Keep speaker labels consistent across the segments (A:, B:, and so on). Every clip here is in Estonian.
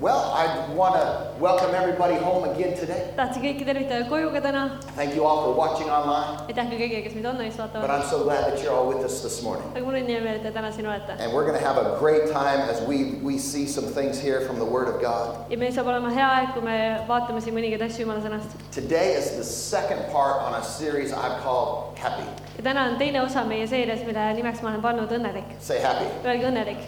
A: Well, I want to welcome everybody home again today.
B: tahtsin kõiki tervitada koju ka täna ,
A: Thank you all for watching online,
B: aitäh ka kõigile , kes meid online'is
A: but
B: vaatavad .
A: I'm so glad that you're all with us this morning.
B: aga mul on hea meel , et te täna siin olete
A: And we're going to have a great time as we, we see some things here from the Word of God.
B: ja meil saab olema hea aeg , kui me vaatame siin mõningaid asju Jumala sõnast .
A: Today is the second part on a series I've called Happy.
B: ja täna on teine osa meie seerias , mille nimeks ma olen pannud õnnelik .
A: Say happy.
B: Öelge õnnelik ,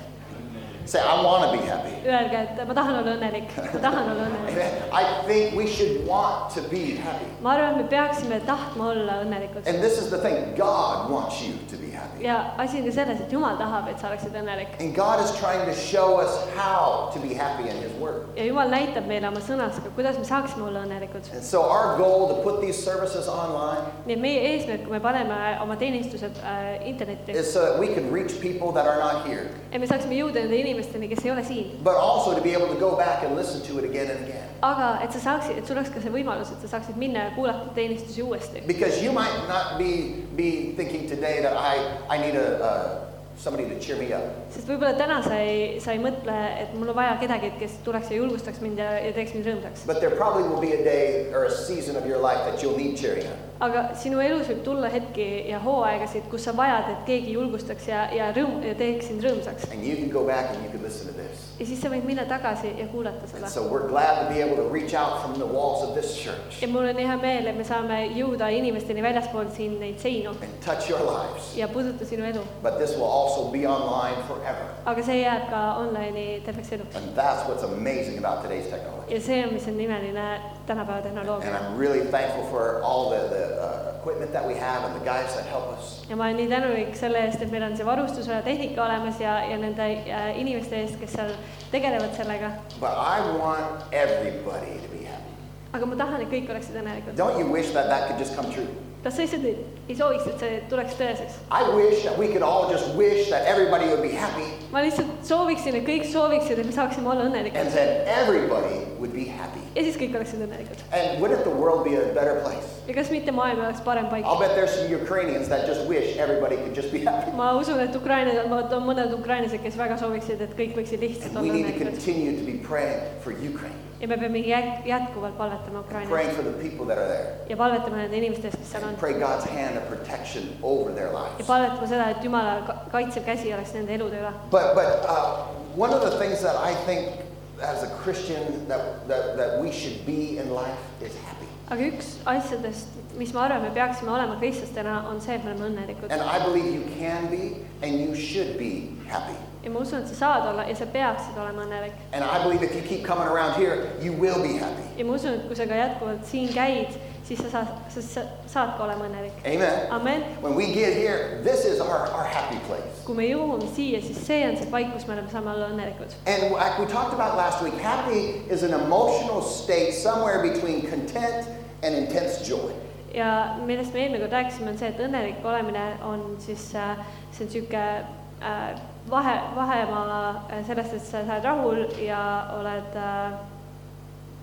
A: Say, I want to be happy.
B: öelge , et ma tahan olla õnnelik , ma tahan olla õnnelik .
A: Amen. I think we should want to be happy.
B: ma arvan , et me peaksime tahtma olla õnnelikud
A: And this is the thing God wants you to be happy.
B: ja asi on ka selles , et Jumal tahab , et sa oleksid õnnelik
A: And God is trying to show us how to be happy in His Word.
B: ja Jumal näitab meile oma sõnas ka , kuidas me saaksime olla õnnelikud .
A: And so our goal to put these services online
B: nii et meie eesmärk , kui me paneme oma teenistused äh, internetti ,
A: is so that we can reach people that are not here,
B: et me saaksime jõuda nende inimesteni , kes ei ole siin
A: but also to be able to go back and listen to it again and again.
B: aga et sa saaksid , et sul oleks ka see võimalus , et sa saaksid minna ja kuulata teenistusi uuesti .
A: Because you might not be, be thinking today that I, I need a, uh, somebody to cheer me up.
B: sest võib-olla täna sa ei , sa ei mõtle , et mul on vaja kedagi , kes tuleks ja julgustaks mind ja, ja teeks mind rõõmsaks .
A: But there probably will be a day or a season of your life that you'll need cheering up.
B: aga sinu elus võib tulla hetki ja hooaegasid , kus sa vajad , et keegi julgustaks ja , ja rõõm , ja teeks sind rõõmsaks .
A: And you can go back and you can listen to this.
B: ja siis sa võid minna tagasi ja kuulata
A: And
B: seda .
A: so we're glad to be able to reach out from the walls of this church
B: ja mul on hea meel , et me saame jõuda inimesteni väljaspool siin neid seinu
A: and touch your lives.
B: ja puuduta sinu elu .
A: But this will also be online forever.
B: aga see jääb ka online'i terveks eluks .
A: And that's what's amazing about today's technology.
B: ja see on , mis on imeline tänapäeva tehnoloogia
A: And . I'm really thankful for all the, the uh, equipment that we have and the guys that help us.
B: ja ma olen nii tänulik selle eest , et meil on see varustus ja tehnika olemas ja , ja nende äh, inimeste eest , kes seal tegelevad sellega .
A: But I want everybody to be happy.
B: aga ma tahan , et kõik oleksid õnnelikud .
A: Don't you wish that that could just come true?
B: kas sa lihtsalt ei, ei sooviks , et see tuleks tõeseks ?
A: I wish that we could all just wish that everybody would be happy
B: ma lihtsalt sooviksin , et kõik sooviksid , et me saaksime olla
A: and
B: õnnelikud
A: that everybody would be happy.
B: ja siis kõik oleksid õnnelikud .
A: And wouldn't the world be a better place?
B: ja kas mitte maailm oleks parem paik ?
A: I'll bet there's some Ukrainians that just wish everybody could just be happy.
B: ma usun , et Ukrainas on , on mõned ukrainlased , kes väga sooviksid , et kõik võiksid lihtsalt
A: And we
B: olla
A: need to
B: õnnelikud
A: continue to be praying for Ukraine,
B: ja me peame jät- jätkuvalt palvetama Ukraina
A: praying for the people that are there,
B: ja palvetama nende inimeste eest , kes seal on
A: and pray God's hand of protection over their
B: ja
A: lives.
B: palvetama seda , et Jumala ka- kaitsev käsi oleks nende elude üle
A: But, but uh, one of the things that I think as a Christian that, that, that we should be in life is happy.
B: aga üks asjadest , mis ma arvan , me peaksime olema kristlastena , on see , et me oleme õnnelikud .
A: And I believe you can be and you should be happy.
B: ja ma usun , et sa saad olla ja sa peaksid olema õnnelik .
A: And I believe if you keep coming around here, you will be happy.
B: ja ma usun , et kui sa ka jätkuvalt siin käid , siis sa saad , sa sa- saad ka olema õnnelik .
A: Amen.
B: amen .
A: When we get here, this is our, our happy place.
B: kui me jõuame siia , siis see on see paik , kus me oleme , saame olla õnnelikud .
A: And like we talked about last week, happy is an emotional state somewhere between content and intense joy.
B: ja millest me eelmine kord rääkisime , on see , et õnnelik olemine on siis , see on niisugune äh, vahe , vahemaa äh, sellest , et sa oled rahul ja oled äh,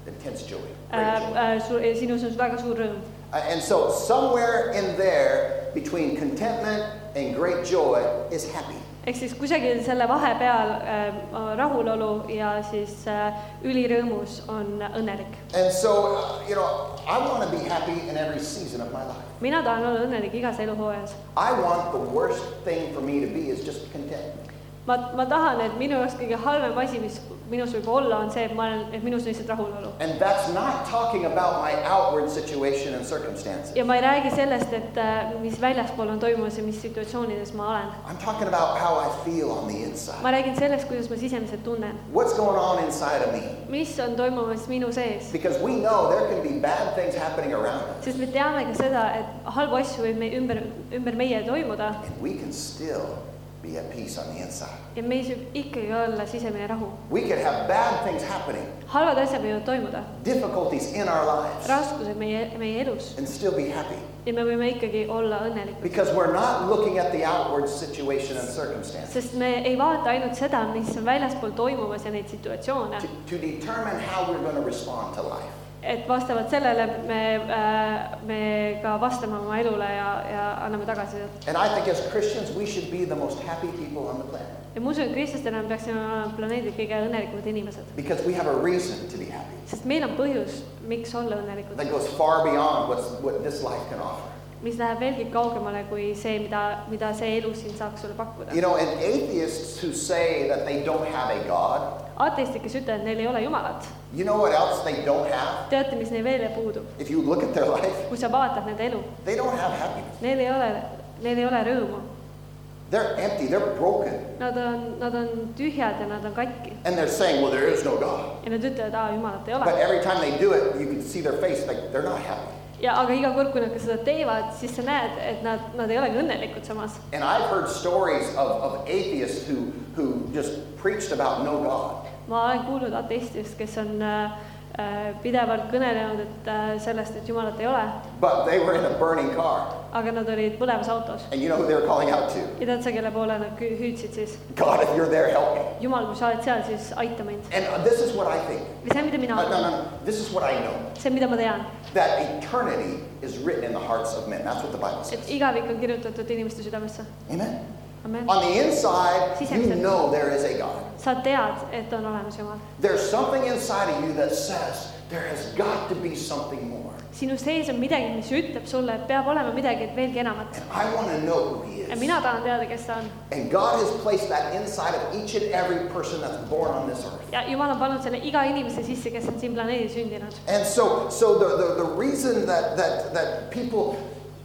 A: Intense joy. Great joy.
B: äh, su- ja sinus on väga suur rõõm .
A: Uh, And so, somewhere in there, between contentment and great joy, is happy.
B: ehk siis kusagil selle vahepeal äh, rahulolu ja siis äh, ülirõõmus on õnnelik .
A: And so, uh, you know, I want to be happy in every season of my life.
B: mina tahan olla õnnelik igas eluhooajas .
A: I want the worst thing for me to be is just content.
B: ma , ma tahan , et minu jaoks kõige halvem asi , mis minus võib olla , on see , et ma olen , et minus on lihtsalt rahulolu .
A: And that's not talking about my outward situation and circumstances.
B: ja ma ei räägi sellest , et äh, mis väljaspool on toimumas ja mis situatsioonides ma olen .
A: I'm talking about how I feel on the
B: ma
A: inside.
B: räägin sellest , kuidas ma sisemiselt tunnen ,
A: What's going on inside of me?
B: mis on toimumas minu sees ,
A: Because we know there can be bad things happening around us,
B: sest me teame ka seda , et halbu asju võib meie ümber , ümber meie toimuda
A: and we can still be at peace on the inside.
B: ja meis võib ikkagi olla sisemine rahu .
A: We could have bad things happening.
B: halvad asjad võivad toimuda ,
A: difficulties in our lives
B: raskused meie , meie elus
A: and still be happy
B: ja me võime ikkagi olla õnnelikud ,
A: because we're not looking at the outward situation and circumstance
B: sest me ei vaata ainult seda , mis on väljaspool toimumas ja neid situatsioone
A: to, to determine how we're going to respond to life.
B: et vastavalt sellele me , me ka vastame oma elule ja , ja anname tagasisidet .
A: And I think as Christians, we should be the most happy people on the planet
B: ja ma usun , et kristlastena me peaksime olema planeedil kõige õnnelikumad inimesed ,
A: because we have a reason to be happy
B: sest meil on põhjus , miks olla õnnelikud ,
A: that goes far beyond what's, what this life can offer.
B: mis läheb veelgi kaugemale kui see , mida , mida see elu siin saaks sulle pakkuda
A: You know, and atheists who say that they don't have a God,
B: ateistid , kes ütlevad , neil ei ole jumalat ,
A: you know what else they don't have?
B: teate , mis neil veel puudub ?
A: If you look at their life,
B: kui sa vaatad nende elu ,
A: they don't have happiness.
B: neil ei ole , neil ei ole rõõmu ,
A: They're empty, they're broken.
B: nad on , nad on tühjad ja nad on katki
A: And they're saying, well, there is no God.
B: ja nad ütlevad , aa , jumalat ei
A: But
B: ole .
A: every time they do it, you can see their face, like they're not happy.
B: ja aga iga kord , kui nad ka seda teevad , siis sa näed , et nad , nad ei olegi õnnelikud samas .
A: And I've heard stories of, of atheists who, who just preached about no God.
B: ma olen kuulnud ateistidest , kes on äh, äh, pidevalt kõnelenud , et äh, sellest , et jumalat ei ole ,
A: But they were in a burning car.
B: aga nad olid põlevas autos
A: And you know who they were calling out to?
B: ja tead sa , kelle poole nad kü- hüüdsid siis ?
A: God, if you're there, help me.
B: jumal , kui sa oled seal , siis aita mind .
A: And uh, this is what I think.
B: või see , mida
A: Uh,
B: mina
A: no, no,
B: arvan ,
A: no. This is what I know.
B: see , mida ma tean
A: That eternity is written in the hearts of men. That's what the Bible says.
B: et igavik on kirjutatud inimeste südamesse .
A: Amen.
B: amen .
A: On the inside,
B: Siis
A: you
B: on-
A: know there is a God.
B: sa tead , et on olemas Jumal .
A: There's something inside of you that says there has got to be something more.
B: sinu sees on midagi , mis ütleb sulle , et peab olema midagi veelgi enamat .
A: And I want to know who He
B: ja
A: is.
B: mina tahan teada , kes ta on
A: And God has placed that inside of each and every person that's born on this earth.
B: ja Jumal on pannud selle iga inimese sisse , kes on siin planeedil sündinud .
A: And so, so the, the, the reason that, that, that people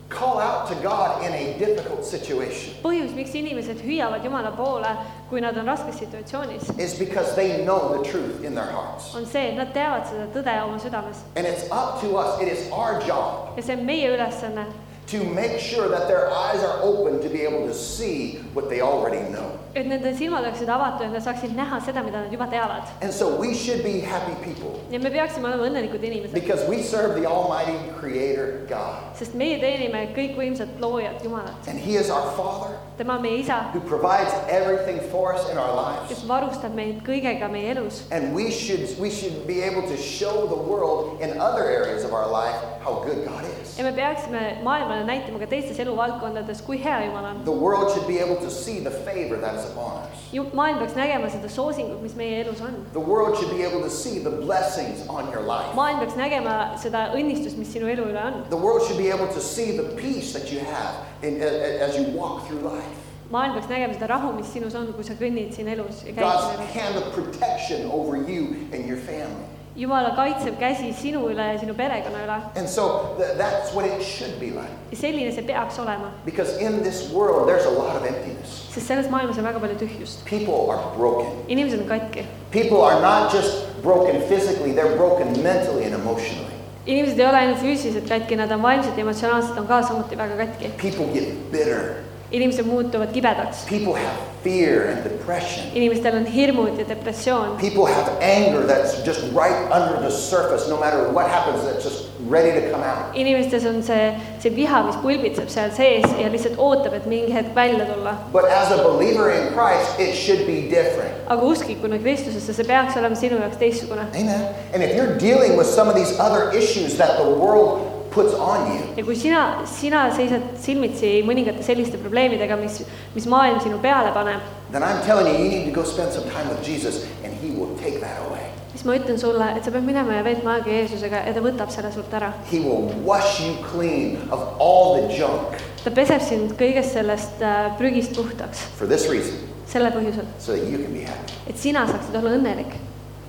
A: call out to God in a difficult situation
B: põhjus , miks inimesed hüüavad Jumala poole , kui nad on raskes situatsioonis ,
A: is because they know the truth in their hearts.
B: on see , et nad teavad seda tõde oma südames
A: And it's up to us, it is our job
B: ja see on meie ülesanne
A: to make sure that their eyes are open to be able to see what they already know.
B: et nende silmad oleksid avatud , et nad saaksid näha seda , mida nad juba teavad .
A: And so we should be happy people
B: ja me peaksime olema õnnelikud inimesed ,
A: because we serve the Almighty Creator God.
B: sest meie teenime kõikvõimsat loojat Jumalat .
A: And He is our Father
B: tema on meie isa ,
A: who provides everything for us in our
B: kes
A: lives.
B: varustab meid kõigega meie elus
A: And we should, we should be able to show the world in other areas of our life how good God is.
B: ja me peaksime maailmale näitama ka teistes eluvaldkondades , kui hea Jumal on .
A: The world should be able to see the favor that is upon us.
B: maailm peaks nägema seda soosingut , mis meie elus on .
A: The world should be able to see the blessings on your life.
B: maailm peaks nägema seda õnnistust , mis sinu elu üle on .
A: The world should be able to see the peace that you have in, a- a- as you walk through life.
B: maailm peaks nägema seda rahu , mis sinus on , kui sa kõnnid siin elus ja käid siin
A: God's
B: elus .
A: hand of protection over you and your family.
B: jumala kaitsev käsi sinu üle ja sinu perekonna üle
A: And so th- that's what it should be like.
B: ja selline see peaks olema ,
A: Because in this world, there's a lot of emptiness.
B: sest selles maailmas on väga palju tühjust .
A: People are broken.
B: inimesed on katki ,
A: People are not just broken physically, they're broken mentally and emotionally.
B: inimesed ei ole ainult füüsiliselt katki , nad on vaimselt ja emotsionaalselt on ka samuti väga katki .
A: People get bitter.
B: inimesed muutuvad kibedaks ,
A: People have fear and depression.
B: inimestel on hirmud ja depressioon ,
A: People have anger that's just right under the surface, no matter what happens, that's just ready to come out.
B: inimestes on see , see viha , mis pulbitseb seal sees ja lihtsalt ootab , et mingi hetk välja tulla .
A: But as a believer in Christ, it should be different.
B: aga usklikuna Kristusesse , see peaks olema sinu jaoks teistsugune .
A: Amen. And if you're dealing with some of these other issues that the world puts on you,
B: ja kui sina , sina seisad silmitsi mõningate selliste probleemidega , mis , mis maailm sinu peale paneb ,
A: then I'm telling you, you need to go spend some time with Jesus and he will take that away.
B: siis ma ütlen sulle , et sa pead minema ja veetma aega Jeesusega ja ta võtab selle sult ära .
A: He will wash you clean of all the junk
B: ta peseb sind kõigest sellest äh, prügist puhtaks ,
A: for this reason,
B: selle põhjusel ,
A: so that you can be happy.
B: et sina saaksid olla õnnelik .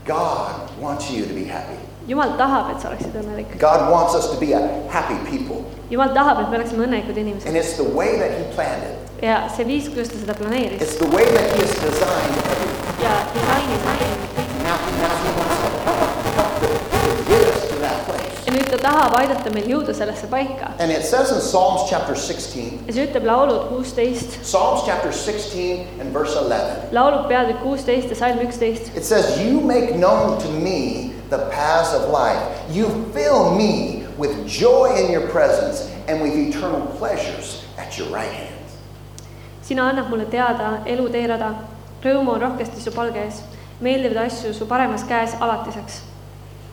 A: God wants you to be happy.
B: jumal tahab , et sa oleksid õnnelik .
A: God wants us to be a happy people.
B: jumal tahab , et me oleksime õnnelikud
A: And
B: inimesed
A: it's the way that he planned it.
B: ja see viis , kuidas ta seda planeeris
A: It's the way that he has designed everything.
B: ja disainis maailma .
A: Now, now he wants to help to- to get us to that place.
B: ja nüüd ta tahab aidata meil jõuda sellesse paika
A: And it says in Psalms chapter 16,
B: ja see ütleb laulud kuusteist ,
A: Psalms chapter 16 and verse 11.
B: laulud peatükk kuusteist ja salm üksteist .
A: It says, You make known to me the paths of life. You fill me with joy in your presence and with eternal pleasures at your right hand.
B: sina annad mulle teada elu teerada , rõõmu on rohkesti su palge ees , meeldivaid asju su paremas käes alatiseks .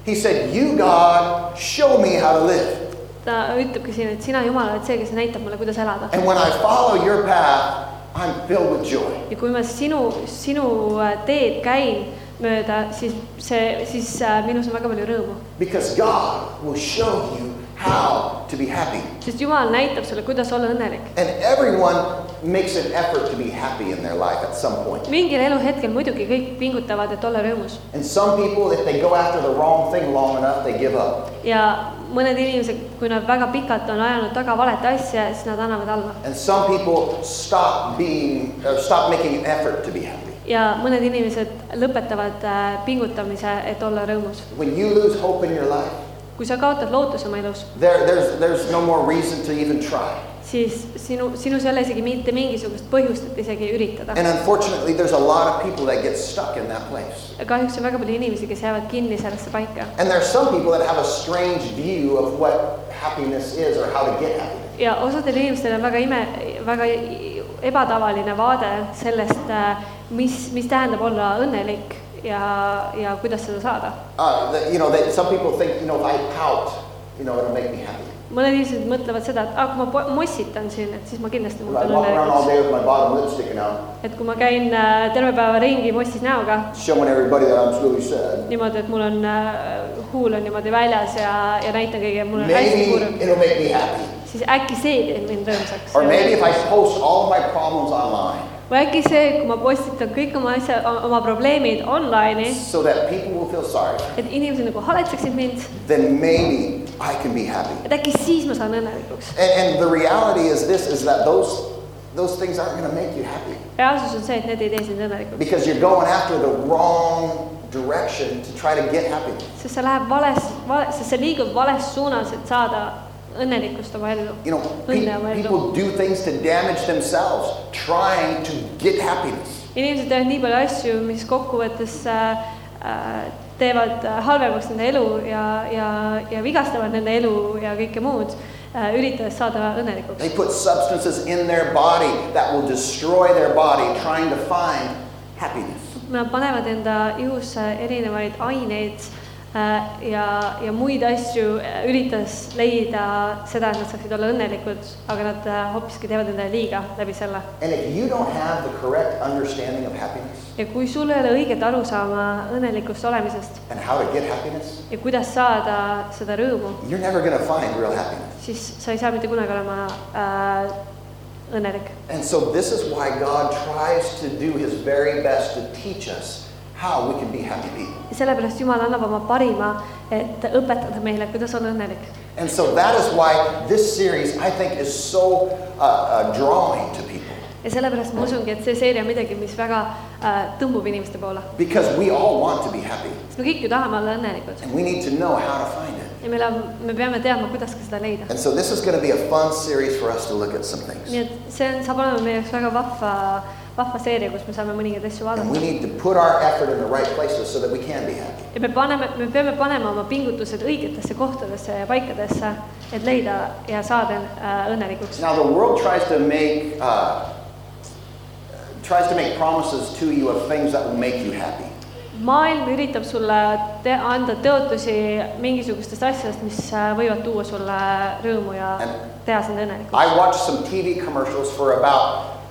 A: He said, You, God, show me how to live.
B: ta ütlebki siin , et sina , Jumal , oled see , kes näitab mulle , kuidas elada .
A: And when I follow your path, I'm filled with joy.
B: ja kui ma sinu , sinu äh, teed käin mööda , siis see , siis äh, minus on väga palju rõõmu ,
A: Because God will show you how to be happy.
B: sest Jumal näitab sulle , kuidas olla õnnelik .
A: And everyone makes an effort to be happy in their life at some point.
B: mingil eluhetkel muidugi kõik pingutavad , et olla rõõmus
A: And some people, if they go after the wrong thing long enough, they give up.
B: ja mõned inimesed , kui nad väga pikalt on ajanud taga valet asja , siis nad annavad alla
A: And some people stop being, or stop making an effort to be happy.
B: ja mõned inimesed lõpetavad äh, pingutamise , et olla rõõmus .
A: When you lose hope in your life,
B: kui sa kaotad lootuse oma elus ,
A: there, there's, there's no more reason to even try.
B: siis sinu , sinus ei ole isegi mitte mingisugust põhjust , et isegi üritada .
A: And unfortunately, there's a lot of people that get stuck in that place.
B: kahjuks on väga palju inimesi , kes jäävad kinni sellesse paika
A: And there are some people that have a strange view of what happiness is or how to get happiness.
B: ja osadel inimestel on väga ime , väga i- ebatavaline vaade sellest , mis , mis tähendab olla õnnelik ja , ja kuidas seda saada .
A: Uh, that, you know, that some people think, you know, if I pout, you know, it'll make me happy.
B: mõned inimesed mõtlevad seda , et ah, kui ma po- mossitan siin , et siis ma kindlasti
A: If I
B: muutun
A: walk around all
B: õnnelikuks .
A: day with my bottom lip sticking out,
B: et kui ma käin äh, terve päeva ringi mossis näoga ,
A: showing everybody that I'm really sad,
B: niimoodi , et mul on äh, huul on niimoodi väljas ja , ja näitan kõigile , mul on hästi
A: maybe
B: kurb ,
A: it'll make me happy.
B: siis äkki see teeb mind rõõmsaks
A: Or maybe if I post all of my problems online
B: või äkki see , kui ma postitan kõik oma asja , oma probleemid online'i ,
A: so that people will feel sorry,
B: et inimesed nagu haletseksid mind ,
A: then maybe I can be happy.
B: et äkki siis ma saan õnnelikuks .
A: And, and the reality is this, is that those, those things aren't going to make you happy.
B: reaalsus on see , et need ei tee sind õnnelikuks ,
A: Because you're going after the wrong direction to try to get happy.
B: sest sa läheb vales vale, , sest sa liigud vales suunas , et saada õnnelikust oma ellu .
A: You know, pe-
B: Õnne oma ellu .
A: people do things to damage themselves trying to get happiness.
B: inimesed teevad nii palju asju , mis kokkuvõttes äh, äh, teevad äh, halvemaks nende elu ja , ja , ja vigastavad nende elu ja kõike muud äh, , üritades saada õnnelikuks .
A: They put substances in their body that will destroy their body trying to find happiness.
B: Nad panevad enda ihusse erinevaid aineid äh, ja , ja muid asju , üritades leida seda , et nad saaksid olla õnnelikud , aga nad äh, hoopiski teevad endale liiga läbi selle .
A: And if you don't have the correct understanding of happiness
B: ja kui sul ei ole õiget arusaama õnnelikust olemisest
A: and how to get happiness,
B: ja kuidas saada seda rõõmu ,
A: you're never going to find real happiness.
B: siis sa ei saa mitte kunagi olema äh, õnnelik .
A: And so this is why God tries to do his very best to teach us how we can be happy people.
B: ja sellepärast Jumal annab oma parima , et õpetada meile , kuidas olla õnnelik .
A: And so that is why this series, I think, is so uh, uh, drawing to people.
B: ja sellepärast ma usungi , et see seeria on midagi , mis väga äh, tõmbub inimeste poole ,
A: Because we all want to be happy.
B: sest me kõik ju tahame olla õnnelikud
A: And we need to know how to find it.
B: ja meil on , me peame teadma , kuidas ka seda leida .
A: And so this is going to be a fun series for us to look at some
B: nii
A: things.
B: et see on , saab olema meie jaoks väga vahva , vahva seeria , kus me saame mõningaid asju
A: And
B: vaadata
A: we need to put our effort in the right places so that we can be happy.
B: ja me paneme , me peame panema oma pingutused õigetesse kohtadesse ja paikadesse , et leida ja saada äh, õnnelikuks .
A: Now the world tries to make uh, tries to make promises to you of things that will make you happy.
B: maailm üritab sulle te anda tõotusi mingisugustest asjadest , mis äh, võivad tuua sulle äh, rõõmu ja teha sind õnnelikuks .
A: I watched some TV commercials for about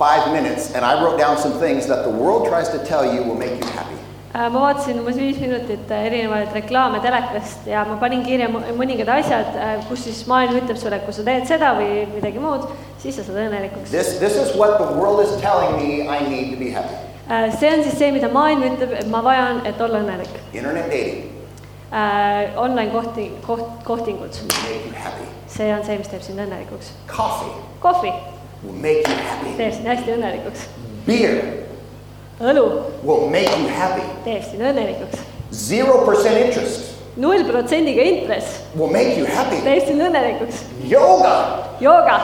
A: five minutes, and I wrote down some things that the world tries to tell you will make you happy.
B: Äh, ma vaatasin umbes viis minutit äh, erinevaid reklaame telekast ja ma panin kirja mõ- mõningad asjad , kus siis maailm ütleb sulle , et kui sa teed seda või midagi muud , siis sa saad õnnelikuks .
A: This, this is what the world is telling me I need to be happy.
B: Äh, see on siis see , mida maailm ütleb , et ma vajan , et olla õnnelik .
A: Internet dating
B: Online kohti , koht , kohtingud ,
A: will make you happy.
B: see on see , mis teeb sind õnnelikuks .
A: Coffee
B: kohvi
A: will make you happy.
B: teeb sind hästi õnnelikuks .
A: Beer
B: õlu
A: will make you happy.
B: teeb sind õnnelikuks .
A: Zero percent interest
B: null protsendiga intress
A: will make you happy.
B: teeb sind õnnelikuks .
A: Yoga
B: jooga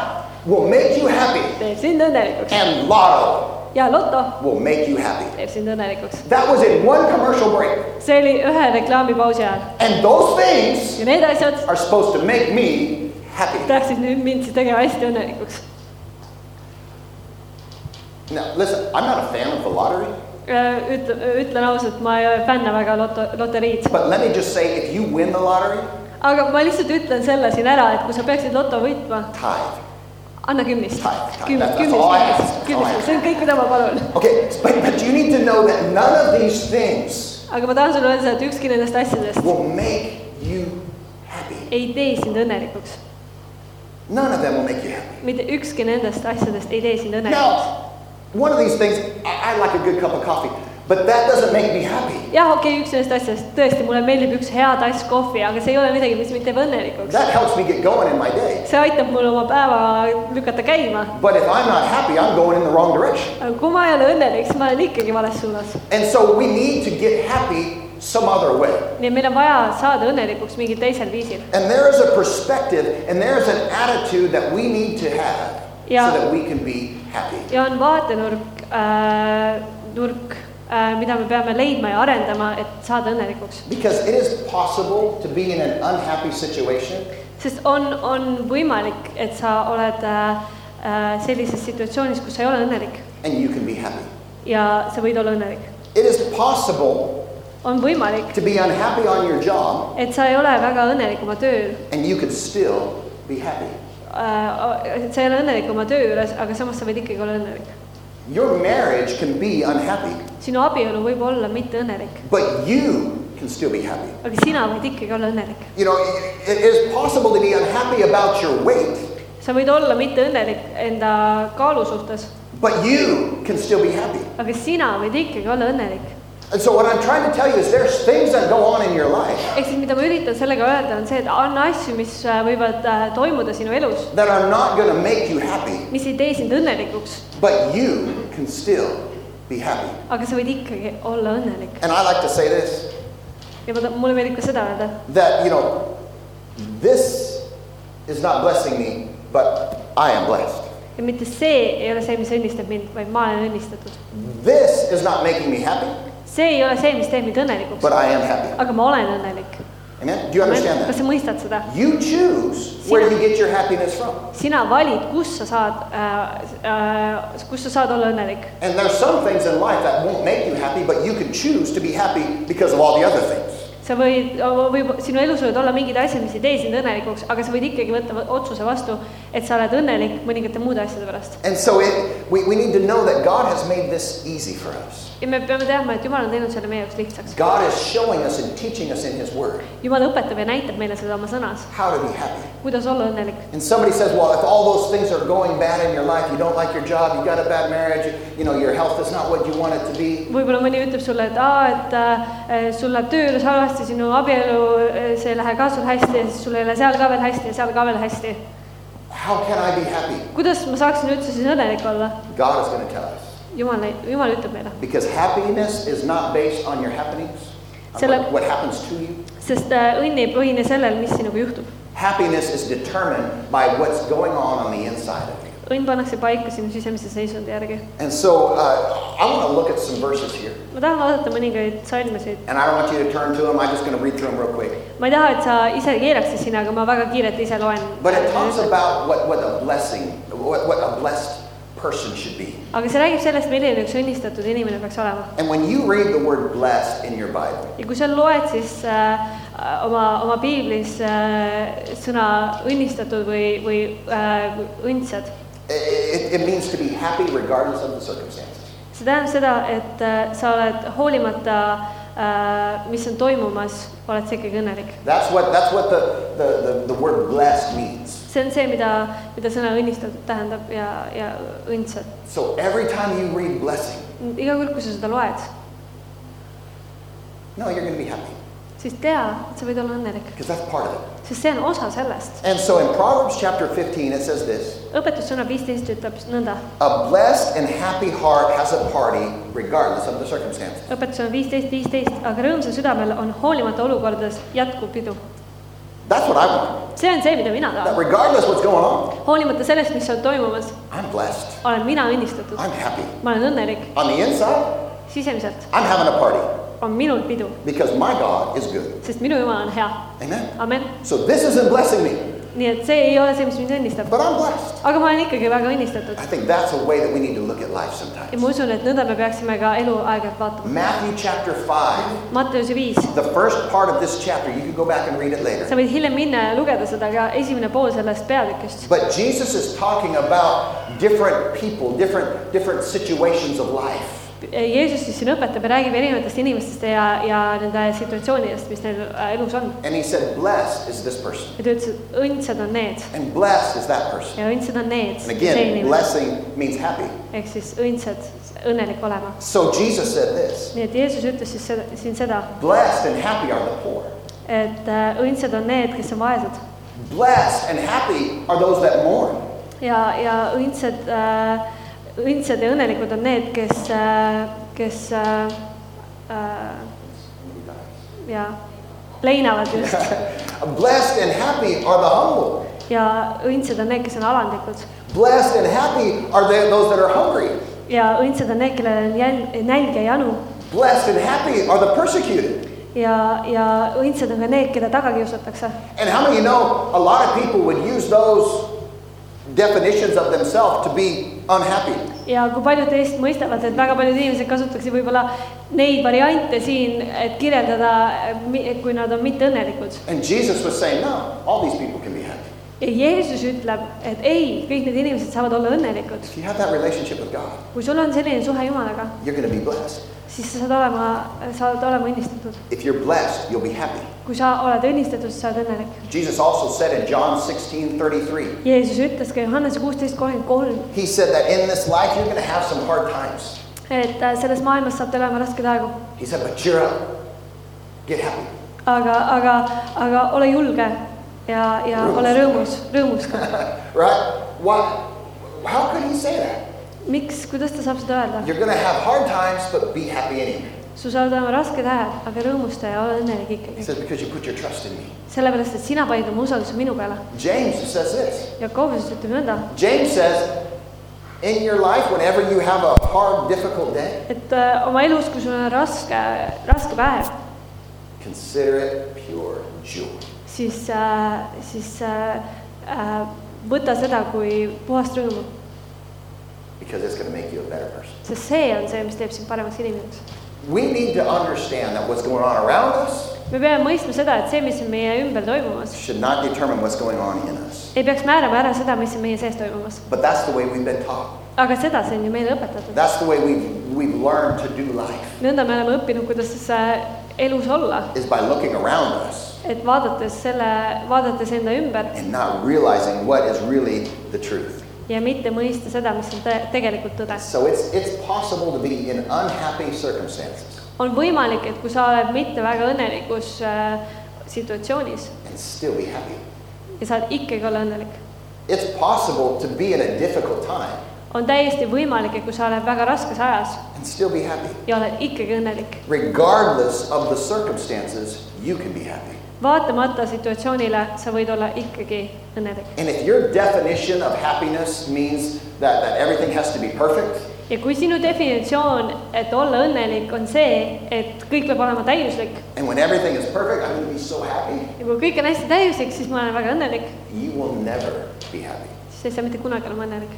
A: will make you happy.
B: teeb sind õnnelikuks
A: And lotto
B: ja loto
A: will make you happy.
B: teeb sind õnnelikuks .
A: That was in one commercial break.
B: see oli ühe reklaamipausi ajal
A: And those things
B: ja need asjad
A: are supposed to make me happy.
B: peaksid nüüd mind siis tegema hästi õnnelikuks .
A: Now, listen, I'm not a fan of the lottery.
B: ütle , Äh, ütlen ausalt , ma ei ole fänna väga loto , loteriid .
A: But let me just say if you win the lottery,
B: aga ma lihtsalt ütlen selle siin ära , et kui sa peaksid loto võitma ,
A: tithe.
B: anna kümnist
A: Tithe, tithe. .
B: kümnist ,
A: That's all I ask. All I
B: kümnist ,
A: ask.
B: kümnist , see on kõik , mida ma palun .
A: Okay, but, but you need to know that none of these things
B: aga ma tahan sulle öelda , et ükski nendest asjadest
A: will make you happy.
B: ei tee sind õnnelikuks .
A: None of them will make you happy.
B: mitte ükski nendest asjadest ei tee sind õnnelikuks .
A: Now, one of these things, I, I like a good cup of coffee, but that doesn't make me happy.
B: jah , okei okay, , üks nendest asjadest , tõesti , mulle meeldib üks hea tass kohvi , aga see ei ole midagi , mis mind teeb õnnelikuks .
A: That helps me get going in my day.
B: see aitab mul oma päeva lükata käima .
A: But if I'm not happy, I'm going in the wrong direction.
B: aga kui ma ei ole õnnelik , siis ma olen ikkagi vales suunas .
A: And so we need to get happy some other way.
B: nii et meil on vaja saada õnnelikuks mingil teisel viisil .
A: And there is a perspective and there is an attitude that we need to have
B: Yeah.
A: so that we can be happy.
B: ja on vaatenurk äh, , nurk äh, , mida me peame leidma ja arendama , et saada õnnelikuks .
A: Because it is possible to be in an unhappy situation
B: sest on , on võimalik , et sa oled äh, äh, sellises situatsioonis , kus sa ei ole õnnelik
A: and you can be happy.
B: ja sa võid olla õnnelik .
A: It is possible
B: on võimalik ,
A: to be unhappy on your job
B: et sa ei ole väga õnnelik oma tööl
A: and you can still be happy.
B: äh, , sa ei ole õnnelik oma töö juures , aga samas sa võid ikkagi olla õnnelik .
A: Your marriage can be unhappy,
B: sinu abielu võib olla mitte õnnelik ,
A: but you can still be happy.
B: aga sina võid ikkagi olla õnnelik .
A: You know, it it is possible to be unhappy about your weight,
B: sa võid olla mitte õnnelik enda kaalu suhtes ,
A: but you can still be happy.
B: aga sina võid ikkagi olla õnnelik .
A: And so what I'm trying to tell you is there's things that go on in your life
B: ehk siis , mida ma üritan sellega öelda , on see , et anna asju , mis äh, võivad äh, toimuda sinu elus ,
A: that are not going to make you happy,
B: mis ei tee sind õnnelikuks ,
A: but you can still be happy.
B: aga sa võid ikkagi olla õnnelik .
A: And I like to say this
B: ja ma ta- mulle meeldib ka seda öelda ,
A: that, you know, this is not blessing me, but I am blessed.
B: et mitte see ei ole see , mis õnnistab mind , vaid ma olen õnnistatud .
A: This is not making me happy,
B: see ei ole see , mis teeb mind õnnelikuks
A: but I am happy.
B: aga ma olen õnnelik .
A: Amen? Do you understand
B: kas
A: that?
B: sa mõistad seda ?
A: You choose where you get your happiness from.
B: sina valid , kus sa saad äh, , äh, kus sa saad olla õnnelik .
A: And there's some things in life that won't make you happy, but you can choose to be happy because of all the other things.
B: sa võid , võib , sinu elus võivad olla mingid asjad , mis ei tee sind õnnelikuks , aga sa võid ikkagi võtta võ- otsuse vastu , et sa oled õnnelik mõningate muude asjade pärast .
A: And so it, we, we need to know that God has made this easy for us.
B: ja me peame teadma , et Jumal on teinud selle meie jaoks lihtsaks .
A: God is showing us and teaching us in His Word
B: Jumal õpetab ja näitab meile seda oma sõnas ,
A: how to be happy.
B: kuidas olla õnnelik .
A: And somebody says, well, if all those things are going bad in your life, you don't like your job, you got a bad marriage, you know, your health is not what you want it to be,
B: võib-olla mõni ütleb sulle , et aa , et äh, sul läheb tööl halvasti , sinu abielu , see ei lähe ka sul hästi ja siis sul ei lähe seal ka veel hästi ja seal ka veel hästi
A: how can I be happy?
B: kuidas ma saaksin üldse siis õnnelik olla ?
A: God is going to tell us.
B: jumal , jumal ütleb meile ,
A: Because happiness is not based on your happenings, on
B: Selle-
A: what, what happens to you.
B: sest äh, õnn ei põhine sellel , mis sinuga juhtub .
A: Happiness is determined by what's going on on the inside of you.
B: õnn pannakse paika sinu sisemise seisundi järgi .
A: And so uh, I want to look at some verses here.
B: ma tahan vaadata mõningaid salmesid .
A: And I don't want you to turn to them. I'm just going to read through them real quick.
B: ma ei taha , et sa ise keeraksid sinna , aga ma väga kiirelt ise loen .
A: But it talks about what, what a blessing, what, what a blessed person should be.
B: aga see räägib sellest , milline üks õnnistatud inimene peaks olema .
A: And when you read the word blessed in your Bible,
B: ja kui sa loed , siis äh, oma , oma piiblis äh, sõna õnnistatud või , või äh, õndsad ,
A: i- i- it, it means to be happy regardless of the circumstances.
B: see tähendab seda , et äh, sa oled hoolimata , mis on toimumas , oled sa ikkagi õnnelik .
A: That's what, that's what the, the, the, the word blessed means.
B: see on see , mida , mida sõna õnnistatud tähendab ja , ja õndsad .
A: So every time you read blessing,
B: iga kord , kui sa seda loed ,
A: no, you're going to be happy
B: siis tea , et sa võid olla õnnelik ,
A: because that's part of it.
B: sest see on osa sellest .
A: And so in Proverbs chapter 15, it says this.
B: õpetussõna viisteist ütleb nõnda ,
A: A blessed and happy heart has a party regardless of the circumstances.
B: õpetussõna viisteist , viisteist , aga rõõmsal südamel on hoolimata olukordades jätkuv pidu .
A: That's what I want.
B: see on see , mida mina
A: That
B: tahan .
A: regardless what's going on,
B: hoolimata sellest , mis on toimumas ,
A: I'm blessed.
B: olen mina õnnistatud ,
A: I'm happy.
B: ma olen õnnelik ,
A: On the inside,
B: sisemiselt
A: I'm having a party
B: on minul pidu
A: because my God is good.
B: sest minu jumal on hea
A: Amen.
B: amen .
A: So this isn't blessing me.
B: nii et see ei ole see , mis mind õnnistab
A: But I'm blessed.
B: aga ma olen ikkagi väga õnnistatud
A: I think that's a way that we need to look at life
B: ja
A: sometimes.
B: ma usun , et nõnda me peaksime ka elu aeg-ajalt vaatama .
A: Matthew chapter 5,
B: Matteuse viis ,
A: the first part of this chapter, you can go back and read it later.
B: sa võid hiljem minna ja lugeda seda ka esimene pool sellest peatükist .
A: But Jesus is talking about different people, different, different situations of life.
B: Jeesus siis siin õpetab ja räägib erinevatest inimestest ja , ja nende situatsioonidest , mis neil äh, elus on .
A: And he said, Blessed is this person,
B: ja ta ütles , et õndsad on need
A: and blessed is that person.
B: ja õndsad on need ,
A: And
B: see
A: again,
B: inimene .
A: blessing means happy.
B: ehk siis õndsad , õnnelik olema .
A: So Jesus said this
B: nii et Jeesus ütles siis seda, siin seda ,
A: Blessed and happy are the poor.
B: et äh, õndsad on need , kes on vaesed
A: Blessed and happy are those that mourn.
B: ja , ja õndsad äh, , õndsad ja õnnelikud on need , kes äh, , kes äh, äh, ja leinavad just
A: Blessed and happy are the humble.
B: ja õndsad on need , kes on alandlikud
A: Blessed and happy are they, those that are hungry.
B: ja õndsad on need , kellel on jäl- , nälg ja janu
A: Blessed and happy are the persecuted.
B: ja , ja õndsad on ka need , keda taga kiusatakse .
A: And how many know a lot of people would use those definitions of themselves to be unhappy?
B: ja kui paljud teist mõistavad , et väga paljud inimesed kasutaksid võib-olla neid variante siin , et kirjeldada , kui nad on mitteõnnelikud
A: And Jesus was saying, no, all these people can be happy.
B: ja Jeesus ütleb , et ei , kõik need inimesed saavad olla õnnelikud .
A: If you have that relationship with God,
B: kui sul on selline suhe Jumalaga ,
A: you're going to be blessed.
B: siis sa saad olema , sa oled olema õnnistatud .
A: If you're blessed, you'll be happy.
B: kui sa oled õnnistatud , siis sa oled õnnelik .
A: Jesus also said in John 16 33,
B: Jeesus ütles ka Johannese kuusteist kolmkümmend kolm ,
A: He said that in this life you're going to have some hard times.
B: et äh, selles maailmas saab teil olema raskeid aegu .
A: He said, but cheer up. Get happy.
B: aga , aga , aga ole julge ja , ja
A: Rõõmus.
B: ole rõõmus , rõõmus ka .
A: Right? Why? How could he say that?
B: miks , kuidas ta saab seda öelda ?
A: You're going to have hard times, but be happy anyway.
B: sul saavad olema rasked ajad , aga rõõmusta ja ole õnnelik
A: He
B: ikkagi .
A: said, because you put your trust in me.
B: sellepärast , et sina panid oma usalduse minu peale .
A: James says this.
B: Jakobus ütleb nõnda
A: James says, in your life, whenever you have a hard, difficult day,
B: et äh, oma elus , kui sul on raske , raske päev ,
A: consider it pure joy.
B: siis äh, , siis äh, äh, võta seda kui puhast rõõmu ,
A: Because it's going to make you a better person.
B: sest see on see , mis teeb sind paremaks inimeseks .
A: We need to understand that what's going on around us
B: me peame mõistma seda , et see , mis on meie ümber toimumas ,
A: should not determine what's going on in us.
B: ei peaks määrama ära seda , mis on meie sees toimumas .
A: But that's the way we've been taught.
B: aga seda see on ju meile õpetatud .
A: That's the way we've, we've learned to do life,
B: nõnda me oleme õppinud , kuidas siis äh, elus olla ,
A: is by looking around us
B: et vaadates selle , vaadates enda ümber
A: and not realizing what is really the truth.
B: ja mitte mõista seda , mis on te tegelikult tõde .
A: So it's, it's possible to be in unhappy circumstances
B: on võimalik , et kui sa oled mitte väga õnnelikus äh, situatsioonis
A: and still be happy.
B: ja sa oled ikkagi olla õnnelik .
A: It's possible to be in a difficult time
B: on täiesti võimalik , et kui sa oled väga raskes ajas
A: and still be happy.
B: ja oled ikkagi õnnelik ,
A: Regardless of the circumstances, you can be happy.
B: vaatamata situatsioonile , sa võid olla ikkagi õnnelik .
A: And if your definition of happiness means that, that everything has to be perfect,
B: ja kui sinu definitsioon , et olla õnnelik , on see , et kõik peab olema täiuslik
A: and when everything is perfect, I'm going to be so happy,
B: ja kui kõik on hästi täiuslik , siis ma olen väga õnnelik ,
A: you will never be happy.
B: siis ei saa mitte kunagi olema õnnelik .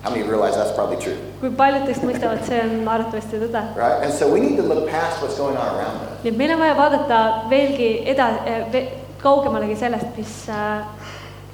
A: How many realize that's probably true,
B: kui paljud teist mõistavad , see on arvatavasti tõde .
A: right? And so we need to look past what's going on around us.
B: nii et meil on vaja vaadata veelgi eda- , kaugemalegi sellest , mis ,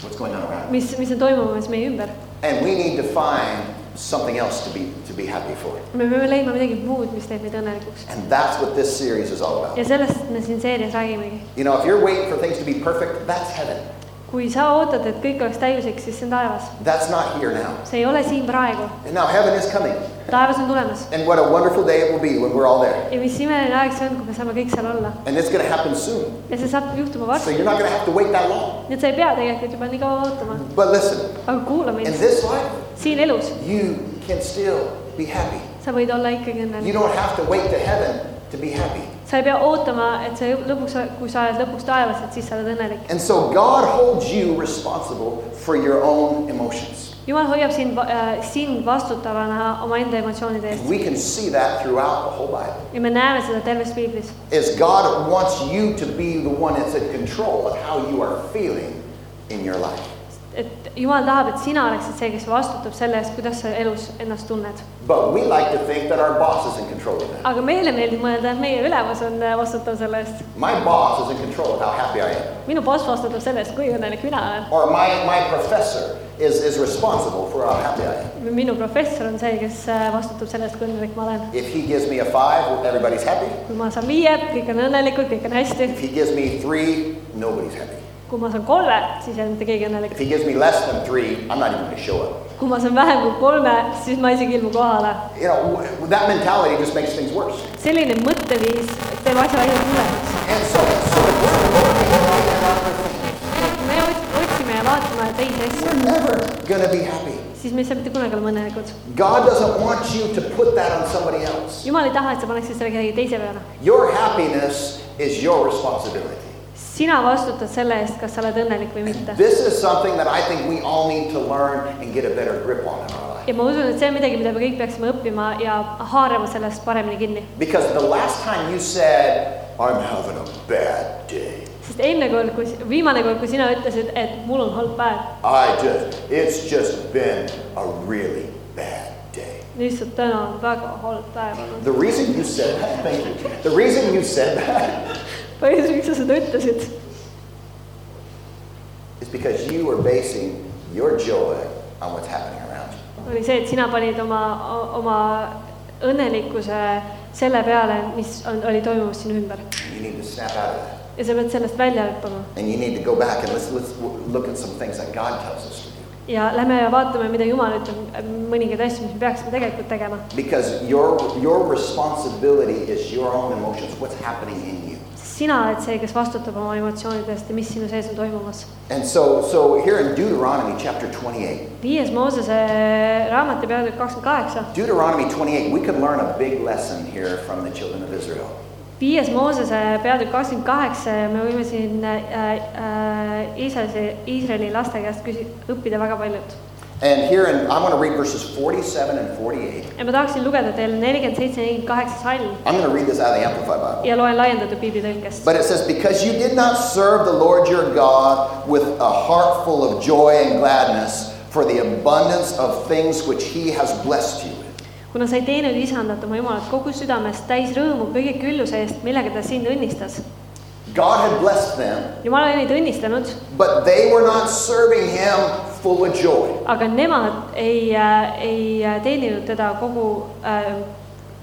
A: What's going on around us.
B: mis , mis on toimumas meie ümber .
A: And we need to find something else to be to be happy for.
B: me peame leidma midagi muud , mis teeb meid õnnelikuks
A: And that's what this series is all
B: ja
A: about.
B: sellest me siin seerias räägimegi .
A: You know, if you're waiting for things to be perfect, that's heaven.
B: kui sa ootad , et kõik oleks täiuslik , siis see on taevas .
A: That's not here now.
B: see ei ole siin praegu ,
A: And now heaven is coming.
B: taevas on tulemas
A: And what a wonderful day it will be when we're all there.
B: ja mis imeline aeg see on , kui me saame kõik seal olla
A: And it's going to happen soon.
B: ja see saab juhtuma
A: So
B: varsti ,
A: you're not going to have to wait that long.
B: nii et sa ei pea tegelikult juba nii kaua ootama ,
A: But listen,
B: aga kuula
A: in
B: meid ,
A: this life,
B: siin elus
A: you can still be happy.
B: sa võid olla ikkagi
A: You
B: õnnelik ,
A: don't have to wait to heaven to be happy.
B: sa ei pea ootama , et sa lõpuks , kui sa oled lõpuks taevas , et siis sa oled õnnelik .
A: And so God holds you responsible for your own emotions.
B: jumal hoiab sind , sind vastutavana omaenda emotsioonide
A: And
B: eest
A: we can see that throughout the whole Bible.
B: ja me näeme seda terves piiblis .
A: Is God wants you to be the one that's in control of how you are feeling in your life.
B: et jumal tahab , et sina oleksid see , kes vastutab selle eest , kuidas sa elus ennast tunned .
A: But we like to think that our boss is in control of that.
B: aga meile meeldib mõelda , et meie ülemus on äh, vastutav selle eest .
A: My boss is in control of how happy I am.
B: minu boss vastutab selle eest , kui õnnelik mina olen .
A: Or my, my professor is, is responsible for how happy I am.
B: minu professor on see , kes äh, vastutab selle eest , kui õnnelik ma olen .
A: If he gives me a five, everybody's happy.
B: kui ma saan viie , kõik on õnnelikud , kõik on hästi .
A: If he gives me three, nobody's happy.
B: kui ma saan kolme , siis ei ole mitte keegi õnnelik
A: If he gives me less than three, I'm not even going to show up.
B: kui ma saan vähem kui kolme , siis ma isegi ei ilmu kohale .
A: You know, w- that mentality just makes things worse.
B: selline mõtteviis teeb asja ainult hullemaks .
A: And so, so if we're looking at our-
B: me ots- otsime ja vaatame teisi asju ,
A: we're never going to be happy.
B: siis me ei saa mitte kunagi olema õnnelikud .
A: God doesn't want you to put that on somebody else.
B: jumal ei taha , et sa paneksid selle kellegi teise peale .
A: Your happiness is your responsibility.
B: sina vastutad selle eest , kas sa oled õnnelik või mitte .
A: This is something that I think we all need to learn and get a better grip on in our life.
B: ja ma usun , et see on midagi , mida me kõik peaksime õppima ja haarama sellest paremini kinni .
A: Because the last time you said, I'm having a bad day,
B: sest eelmine kord , kui , viimane kord , kui sina ütlesid , et mul on halb päev ,
A: I just, it's just been a really bad day.
B: lihtsalt täna on väga halb päev olnud .
A: The reason you said that, thank you. The reason you said that
B: põhjus , miks sa seda ütlesid ,
A: is because you are basing your joy on what's happening around you.
B: oli see , et sina panid oma , oma õnnelikkuse selle peale , mis on , oli toimumas sinu ümber
A: You need to snap out of that.
B: ja sa pead sellest välja hüppama
A: And you need to go back and let's, let's w- look at some things that God tells us to do.
B: ja lähme ja vaatame , mida Jumal ütleb , mõningaid asju , mis me peaksime tegelikult tegema ,
A: Because your, your responsibility is your own emotions, what's happening in you.
B: sest sina oled see , kes vastutab oma emotsioonide eest ja mis sinu sees on toimumas .
A: And so, so here in Deuteronomy chapter 28,
B: viies Moosese raamat ja peatükk kakskümmend kaheksa ,
A: Deuteronomy 28, we could learn a big lesson here from the children of Israel.
B: viies Moosese peatükk kakskümmend kaheksa ja me võime siin äh, äh, Iisraeli , Iisraeli laste käest küsi- , õppida väga paljut .
A: And here, in, I'm going to read verses 47 and 48.
B: ja ma tahaksin lugeda teile nelikümmend seitse , nelikümmend kaheksa sall
A: I'm going to read this out of the Amplified Bible.
B: ja loen laiendatud piiblitõlkest .
A: But it says, Because you did not serve the Lord your God with a heart full of joy and gladness for the abundance of things which he has blessed you with.
B: kuna sa ei teinud isandat oma Jumalat kogu südamest täis rõõmu kõige külluse eest , millega ta sind õnnistas
A: God had blessed them,
B: jumal oli neid õnnistanud ,
A: but they were not serving him full of joy.
B: aga nemad ei , ei äh, teeninud teda kogu ,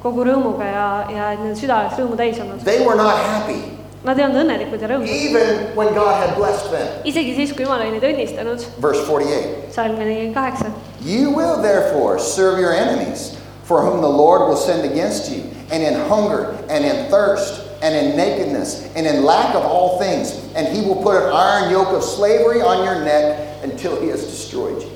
B: kogu rõõmuga ja , ja et nende süda oleks rõõmu täis olnud .
A: They were not happy,
B: Nad ei olnud õnnelikud ja rõõmsad ,
A: even when God had blessed them.
B: isegi siis , kui jumal oli neid õnnistanud ,
A: Verse 48
B: salm nelikümmend kaheksa .
A: You will therefore serve your enemies, for whom the Lord will send against you, and in hunger, and in thirst, and in nakedness, and in lack of all things, and he will put an iron yoke of slavery on your neck until he has destroyed you.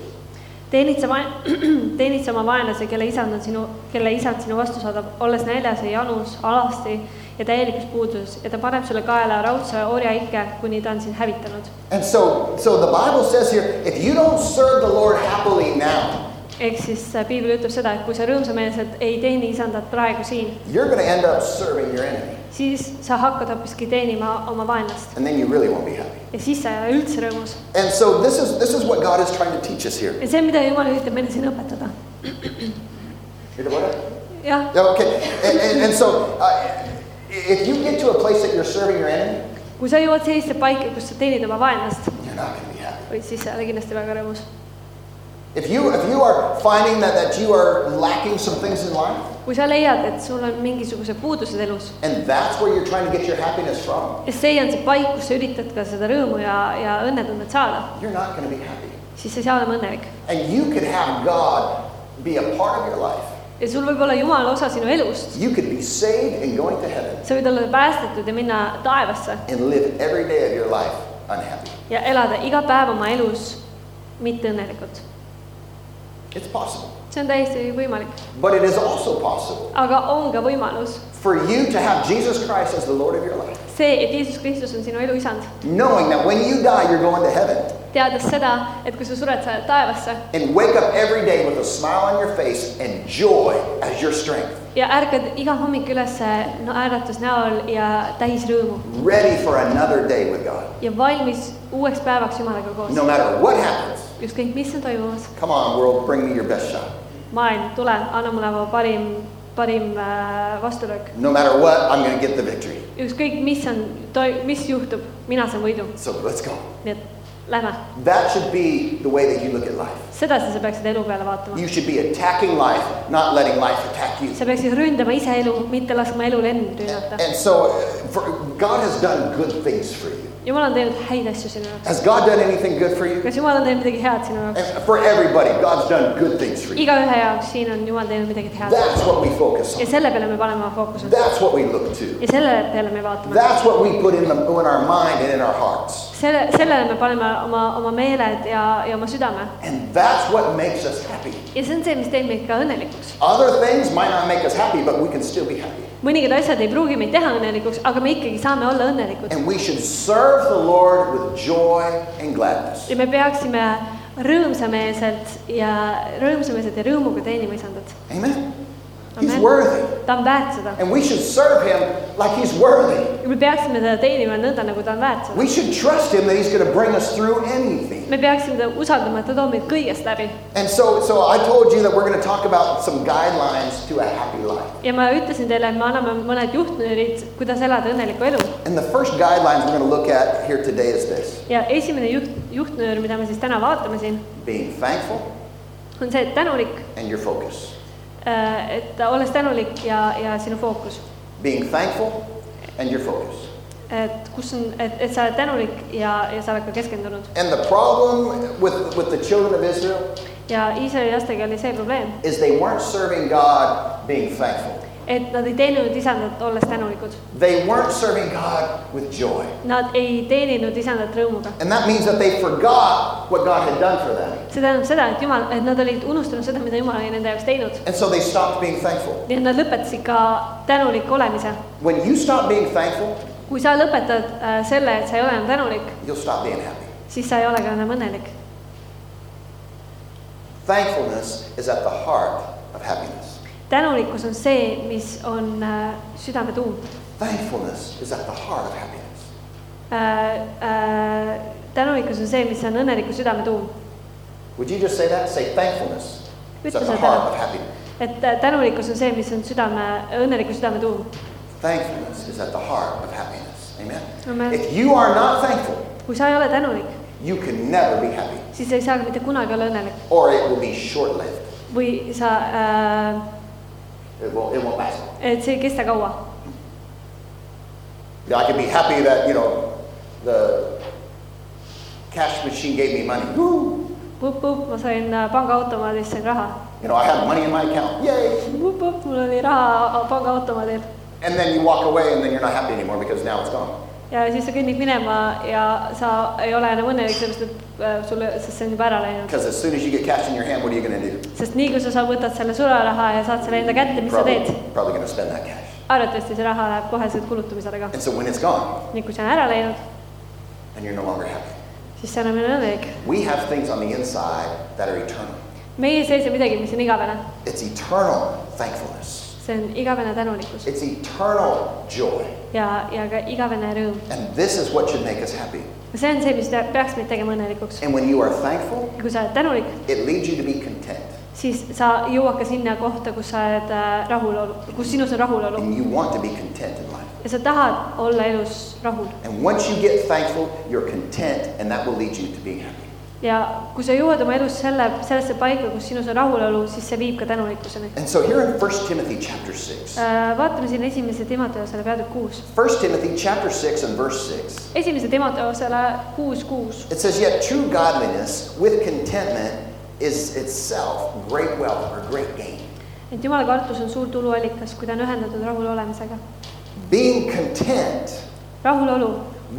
B: teenid sa vaen- , teenid sa oma vaenlase , kelle isand on sinu , kelle isand sinu vastu saadab , olles näljas ja janus , alasti ja täielikus puuduses ja ta paneb sulle kaela raudse orjaike , kuni ta on sind hävitanud
A: And so, so the Bible says here if you don't serve the Lord happily now,
B: ehk siis äh, piibel ütleb seda , et kui sa rõõmsameelselt ei teeni isandat praegu siin ,
A: you're going to end up serving your enemy,
B: siis sa hakkad hoopiski teenima oma vaenlast
A: and then you really won't be happy.
B: ja siis sa ei ole üldse rõõmus .
A: And so, this is, this is what God is trying to teach us here.
B: ja see , mida Jumal üritab meile siin õpetada . jah ,
A: Okay, and, and, and so uh, if you get to a place that you're serving your enemy,
B: kui sa jõuad selliste paika , kus sa teenid oma vaenlast ,
A: You're not going to be happy.
B: siis sa ei ole kindlasti väga rõõmus .
A: If you if you are finding that that you are lacking some things in life,
B: kui sa leiad , et sul on mingisugused puudused elus
A: and that's where you're trying to get your happiness from,
B: ja see on see paik , kus sa üritad ka seda rõõmu ja , ja õnnetunnet saada ,
A: you're not going to be happy.
B: siis sa ei saa olema õnnelik .
A: And you could have God be a part of your life.
B: ja sul võib olla Jumala osa sinu elust ,
A: You could be saved and going to heaven
B: sa võid olla päästetud ja minna taevasse
A: and live every day of your life unhappy.
B: ja elada iga päev oma elus mitte õnnelikult .
A: It's possible.
B: see on täiesti võimalik ,
A: But it is also possible
B: aga on ka võimalus
A: for you to have Jesus Christ as the Lord of your life,
B: see , et Jeesus Kristus on sinu elu isand ,
A: knowing that when you die, you're going to heaven.
B: teades seda , et kui sa sured , sa lähed taevasse
A: And wake up every day with a smile on your face and joy as your strength.
B: ja ärkad iga hommik üles no, ääretus näol ja täis rõõmu
A: ready for another day with God,
B: ja valmis uueks päevaks Jumalaga koos
A: no matter what happens.
B: ükskõik , mis on toimumas ,
A: Come on, world, bring me your best shot.
B: maailm , tule , anna mulle oma parim , parim äh, vastulöök .
A: No matter what, I'm going to get the victory.
B: ükskõik , mis on , mis juhtub , mina saan võidu ,
A: So let's go.
B: nii et lähme .
A: That should be the way that you look at life.
B: sedasi sa peaksid elu peale vaatama .
A: You should be attacking life, not letting life attack you.
B: sa peaksid ründama ise elu , mitte laskma elul end rünnata .
A: And so, uh, for, God has done good things for you.
B: jumal on teinud häid asju sinu jaoks .
A: Has God done anything good for you?
B: kas Jumal on teinud midagi head sinu jaoks ?
A: And for everybody, God's done good things for you.
B: igaühe jaoks siin on Jumal teinud midagi head
A: That's what we focus
B: ja
A: on.
B: selle peale me paneme oma fookuse
A: That's what we look to.
B: ja selle peale me vaatame .
A: That's what we put in, the, in our mind and in our hearts.
B: selle , sellele me paneme oma , oma meeled ja , ja oma südame
A: And that's what makes us happy.
B: ja see on see , mis teeb meid ka õnnelikuks .
A: Other things might not make us happy, but we can still be happy.
B: mõningad asjad ei pruugi meid teha õnnelikuks , aga me ikkagi saame olla õnnelikud
A: And we should serve the Lord with joy and gladness.
B: ja me peaksime rõõmsameelselt ja rõõmsameelselt ja rõõmuga teenima isandat .
A: Amen. He's worthy.
B: ta on väärt seda
A: And we should serve him like he's worthy.
B: ja me peaksime teda teenima nõnda , nagu ta on väärt seda .
A: We should trust him that he's going to bring us through anything.
B: me peaksime teda usaldama , et ta toob meid kõigest läbi
A: And so, so I told you that we're going to talk about some guidelines to a happy life.
B: ja ma ütlesin teile , et me anname mõned juhtnöörid , kuidas elada õnnelikku elu
A: And the first guidelines we're going to look at here today is this
B: ja esimene juht , juhtnöör , mida me siis täna vaatame siin ,
A: being thankful
B: on see , et tänulik ,
A: and your focus.
B: et olles tänulik ja , ja sinu fookus ,
A: Being thankful and your focus.
B: et kus on , et , et sa oled tänulik ja , ja sa oled ka keskendunud
A: And the problem with, with the children of Israel
B: ja Iisraeli lastega oli see probleem ,
A: is they weren't serving God being thankful.
B: et nad ei teeninud isandat , olles tänulikud ,
A: They weren't serving God with joy.
B: nad ei teeninud isandat rõõmuga .
A: And that means that they forgot what God had done for them.
B: see tähendab seda , et Jumal , et nad olid unustanud seda , mida Jumal oli nende jaoks teinud
A: And so they stopped being thankful.
B: ja nad lõpetasid ka tänulik olemise .
A: When you stop being thankful,
B: kui sa lõpetad äh, selle , et sa ei ole enam tänulik ,
A: you'll stop being happy.
B: siis sa ei ole ka enam õnnelik .
A: Thankfulness is at the heart of happiness.
B: tänulikkus on see , mis on äh, südame tuum
A: Thankfulness is at the heart of happiness.
B: äh, . Äh, tänulikkus on see , mis on õnneliku südame tuum .
A: Would you just say that? Say thankfulness is at
B: Ütle
A: the
B: seda.
A: heart of happiness.
B: et äh, tänulikkus on see , mis on südame , õnneliku südame tuum .
A: Thankfulness is at the heart of happiness. Amen.
B: Amen.
A: If you are not thankful,
B: kui sa ei ole tänulik ,
A: you can never be happy,
B: siis sa ei saa ka mitte kunagi olla õnnelik
A: or it will be short-lived.
B: või sa äh, ,
A: It won't, it won't last.
B: et see ei kesta kaua .
A: You know, I can be happy that, you know, the cash machine gave me money. Woo!
B: Vup-vup , ma sain äh, pangaautomaadist sain raha .
A: You know, I have money in my account. Yay!
B: Vup-vup , mul oli raha äh, pangaautomaadil
A: And then you walk away and then you're not happy anymore because now it's gone.
B: ja siis sa kõnnid minema ja sa ei ole enam õnnelik , sellepärast et äh, sulle , sest see on juba ära läinud .
A: Because as soon as you get cash in your hand, what are you going to do?
B: sest nii kui sa sa võtad selle sularaha ja saad selle enda kätte , mis sa
A: Probably,
B: teed ?
A: probably going to spend that cash.
B: arvatavasti see raha läheb koheselt kulutamisele ka .
A: And so when it's gone
B: nii kui see on ära läinud ,
A: and you're no longer happy,
B: siis see enam ei ole õnnelik .
A: we have things on the inside that are eternal.
B: meie sees on midagi , mis on igavene .
A: It's eternal thankfulness,
B: see on igavene tänulikkus
A: it's eternal joy.
B: ja , ja ka igavene rõõm .
A: And this is what should make us happy.
B: see on see , mis te- peaks meid tegema õnnelikuks .
A: And when you are thankful,
B: ja kui sa oled tänulik ,
A: it leads you to be content.
B: siis sa jõuad ka sinna kohta , kus sa oled äh, rahulolu , kus sinus on rahulolu
A: And you want to be content in life.
B: ja sa tahad olla elus rahul .
A: And once you get thankful, you're content, and that will lead you to being happy.
B: ja kui sa jõuad oma elus selle , sellesse paika , kus sinus on rahulolu , siis see viib ka tänulikkuseni .
A: And so here in 1 Timothy chapter 6,
B: Äh, vaatame siin esimese Timoteosele peatükk kuus .
A: 1 Timothy chapter 6 and verse 6,
B: esimese Timoteosele kuus , kuus .
A: it says, Yet true godliness with contentment is itself great wealth or great gain.
B: et jumala kartus on suur tuluallikas , kui ta on ühendatud rahul olemisega .
A: Being content
B: rahulolu ,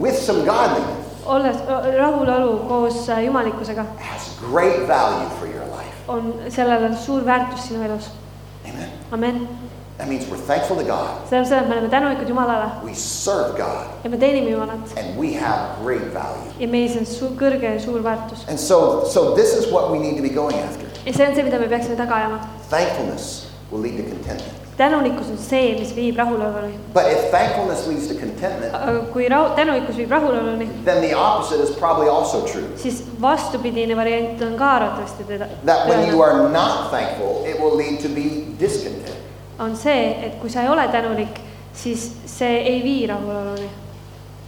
A: with some godliness
B: olles , rahulolu koos äh, jumalikkusega
A: has great value for your life.
B: on , sellel on suur väärtus sinu elus .
A: Amen.
B: amen .
A: That means we're thankful to God,
B: see on see , et me oleme tänulikud Jumalale
A: we serve God,
B: ja me teenime Jumalat
A: and we have great value.
B: ja meis on suur , kõrge ja suur väärtus .
A: And so, so this is what we need to be going after.
B: ja see on see , mida me peaksime taga ajama .
A: Thankfulness will lead to contentment.
B: tänulikkus on see , mis viib rahuloluni .
A: But if thankfulness leads to contentment,
B: kui rahu , tänulikkus viib rahuloluni ,
A: then the opposite is probably also true.
B: siis vastupidine variant on ka arvatavasti teda .
A: That when you are not thankful, it will lead to be discontent.
B: on see , et kui sa ei ole tänulik , siis see ei vii rahuloluni .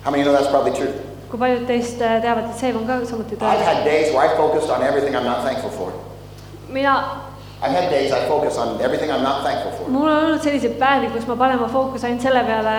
A: How many know that's probably true?
B: kui paljud teist äh, teavad , et see on ka samuti
A: I've
B: tõe ?
A: had days where I focused on everything I'm not thankful for.
B: mina ,
A: I've had days I focus on everything I'm not thankful for.
B: mul on olnud selliseid päevi , kus ma panen oma fookus ainult selle peale ,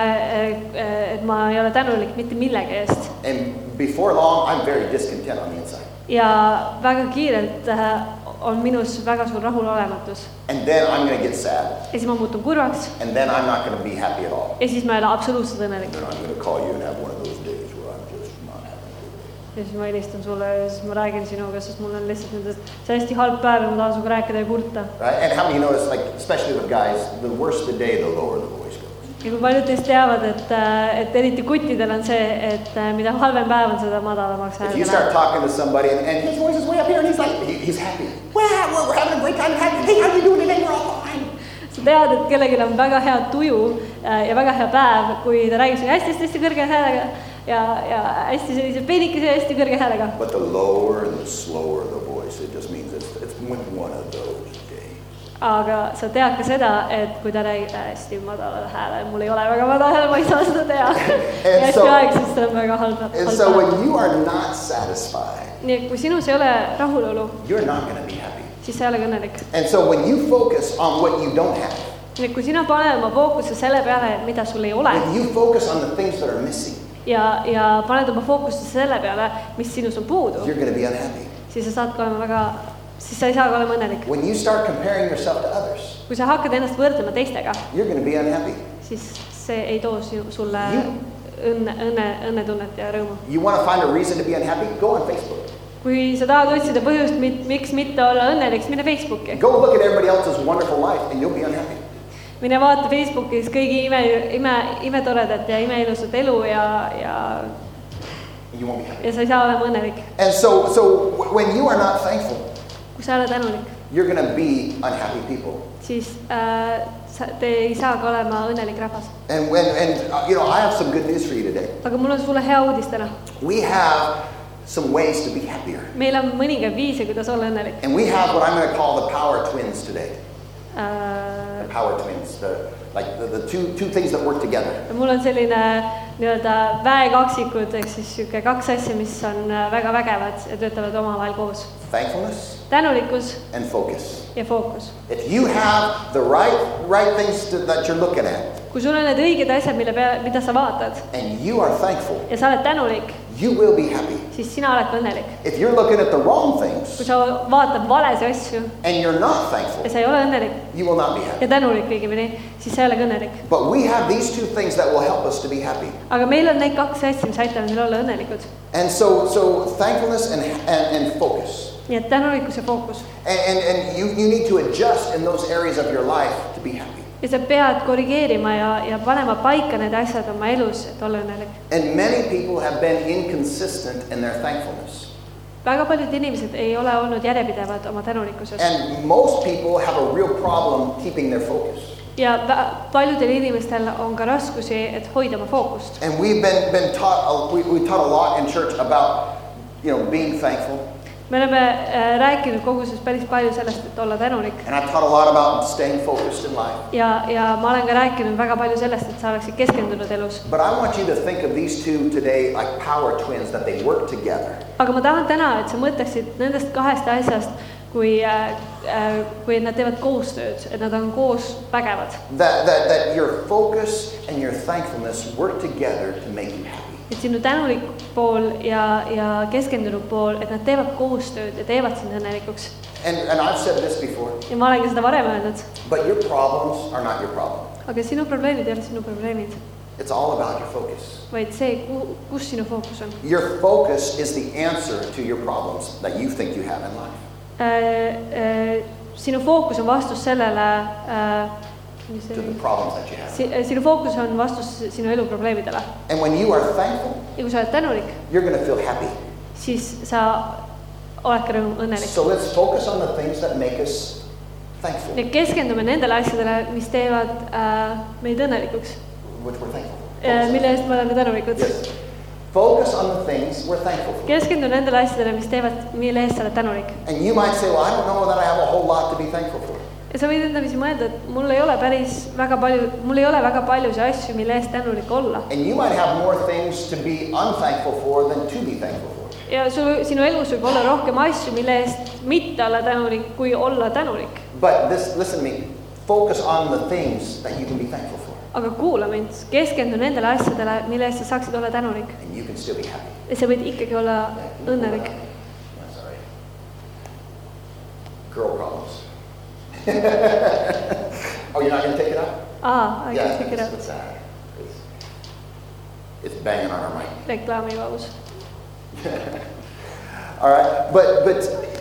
B: et ma ei ole tänulik mitte millegi eest
A: And before long, I'm very discontent on the inside.
B: ja väga kiirelt äh, on minus väga suur rahulolematus
A: And then I'm going to get sad.
B: ja siis ma muutun kurvaks
A: And then I'm not going to be happy at all.
B: ja siis ma ei ole absoluutselt õnnelik
A: And I'm going to call you and have one of those days where I'm just not happy.
B: ja siis ma helistan sulle ja siis ma räägin sinuga , sest mul on lihtsalt nendest , see on hästi halb päev ja ma tahan sinuga rääkida ja kurta .
A: Right? And how many notice, like, especially with guys, the worse the day, the lower the voice goes.
B: ja kui paljud teist teavad , et , et eriti kuttidel on see , et äh, mida halvem päev on , seda madalamaks
A: If you start
B: hääldada .
A: talking to somebody and, and his voice is way up here and he's like, he, he's happy. Wow, we're, we're having a great time. Happy. Hey, how you doing today? We're all fine.
B: sa tead , et kellelgi on väga hea tuju äh, ja väga hea päev , kui ta räägib sinuga hästi-hästi-hästi kõrge häälega ja , ja hästi sellise peenikese ja hästi kõrge häälega .
A: But the lower and the slower the voice, it just means it's, it's one of those days.
B: aga sa tead ka seda , et kui ta räägib hästi madalal häälel , mul ei ole väga madal hääl , ma ei saa seda teha . ja hästi
A: so-
B: aeglaselt , tal on väga halb ,
A: And
B: halb
A: so
B: päev .
A: when you are not satisfied,
B: nii et kui sinus ei ole rahulolu ,
A: you're not going to be happy.
B: siis sa ei ole kõnelik .
A: And so when you focus on what you don't have,
B: nii et kui sina paned oma fookuse selle peale , et mida sul ei ole
A: when you focus on the things that are missing,
B: ja , ja paned oma fookuse selle peale , mis sinus on puudu ,
A: you're going to be unhappy.
B: siis sa saad ka olema väga , siis sa ei saa ka olema õnnelik .
A: When you start comparing yourself to others,
B: kui sa hakkad ennast võrdlema teistega ,
A: you're going to be unhappy.
B: siis see ei too sinu- sulle
A: Ju-
B: õnne , õnne , õnnetunnet ja rõõmu .
A: You want to find a reason to be unhappy? Go on Facebook.
B: kui sa tahad otsida põhjust , miks mitte olla õnnelik , siis mine Facebooki .
A: Go look at everybody else's wonderful life, and you'll be unhappy.
B: mine vaata Facebookis kõigi ime , ime , imetoredat ja imeilusat elu ja , ja ,
A: You won't be happy.
B: ja sa ei saa olema õnnelik ,
A: And so, so w- when you are not thankful,
B: kui sa ei ole tänulik
A: you're going to be unhappy people.
B: siis äh, sa , te ei saa ka olema õnnelik rahvas .
A: And when, and uh, you know, I have some good news for you today.
B: aga mul on sulle hea uudis täna .
A: We have some ways to be happier,
B: meil on mõningaid viise , kuidas olla õnnelik
A: and we have what I'm going to call the power twins today. The
B: äh, .
A: power twins, the like the, the two two things that work together.
B: mul on selline nii-öelda väekaksikud ehk siis niisugune kaks asja , mis on äh, väga vägevad ja töötavad omavahel koos .
A: Thankfulness
B: tänulikkus
A: and focus.
B: ja fookus .
A: If you have the right right things to, that you're looking at,
B: kui sul on need õiged asjad , mille peale , mida sa vaatad
A: and you are thankful,
B: ja sa oled tänulik ,
A: you will be happy.
B: siis sina oled ka õnnelik .
A: If you're looking at the wrong
B: kui
A: things
B: sa vaatad valesid asju
A: and you're not
B: ja
A: thankful,
B: sa ei ole õnnelik
A: you will not be happy.
B: ja tänulik õigemini , siis sa ei ole ka õnnelik .
A: But we have these two things that will help us to be happy.
B: aga meil on need kaks asja , mis aitavad meil olla õnnelikud .
A: And so, so thankfulness and, and, and focus.
B: nii et tänulikkus ja fookus .
A: And, and, and you, you need to adjust in those areas of your life to be happy.
B: ja sa pead korrigeerima ja , ja panema paika need asjad oma elus , et olla õnnelik .
A: And many people have been inconsistent in their thankfulness.
B: väga paljud inimesed ei ole olnud järjepidevad oma tänulikkuses
A: And most people have a real problem keeping their focus.
B: ja vä- paljudel inimestel on ka raskusi , et hoida oma fookust .
A: And we've been, been taught, a, we, we taught a lot in church about, you know, being thankful.
B: me oleme äh, rääkinud koguses päris palju sellest , et olla tänulik
A: And I taught a lot about staying focused in life.
B: ja , ja ma olen ka rääkinud väga palju sellest , et sa oleksid keskendunud elus .
A: But I want you to think of these two today like power twins that they work together.
B: aga ma tahan täna , et sa mõtleksid nendest kahest asjast , kui äh, , äh, kui nad teevad koostööd , et nad on koos vägevad .
A: That, that, that your focus and your thankfulness work together to make you happy.
B: et sinu tänulik pool ja , ja keskendunud pool , et nad teevad koostööd ja teevad sind õnnelikuks .
A: And, and I've said this before,
B: ja ma olen ka seda varem öelnud ,
A: but your problems are not your problem.
B: aga sinu probleemid ei ole sinu probleemid ,
A: It's all about your focus.
B: vaid see , kuhu , kus sinu fookus on .
A: Your focus is the answer to your problems that you think you have in life.
B: Äh, sinu fookus on vastus sellele äh, mis
A: To
B: see
A: the
B: oli ?
A: problems that you have.
B: sinu fookus on vastus sinu elu probleemidele
A: And when you are thankful,
B: ja kui sa oled tänulik ,
A: you're going to feel happy.
B: siis sa oledki rõõm , õnnelik .
A: So let's focus on the things that make us thankful,
B: ja keskendume nendele asjadele , mis teevad äh, meid õnnelikuks ,
A: which we're thankful. for.
B: mille eest me oleme tänulikud .
A: Yes. Focus on the things we're thankful for.
B: keskendu nendele asjadele , mis teevad , mille eest sa oled tänulik .
A: And you might say, well, I don't know that I have a whole lot to be thankful for.
B: ja sa võid endamisi mõelda , et mul ei ole päris väga palju , mul ei ole väga paljusid asju , mille eest tänulik olla .
A: And you might have more things to be unthankful for than to be thankful for.
B: ja sul , sinu elus võib olla rohkem asju , mille eest mitte olla tänulik , kui olla tänulik .
A: But this, listen to me, focus on the things that you can be thankful for,
B: aga kuula mind , keskendu nendele asjadele , mille eest sa saaksid olla tänulik .
A: and you can still be happy.
B: ja sa võid ikkagi olla õnnelik .
A: That's all right. Girl problems. oh, you're not going to take it out?
B: aa , aga
A: yeah,
B: ikkagi
A: it's, it's, uh, it's, it's banging on our mic.
B: reklaamivabus .
A: All right, but but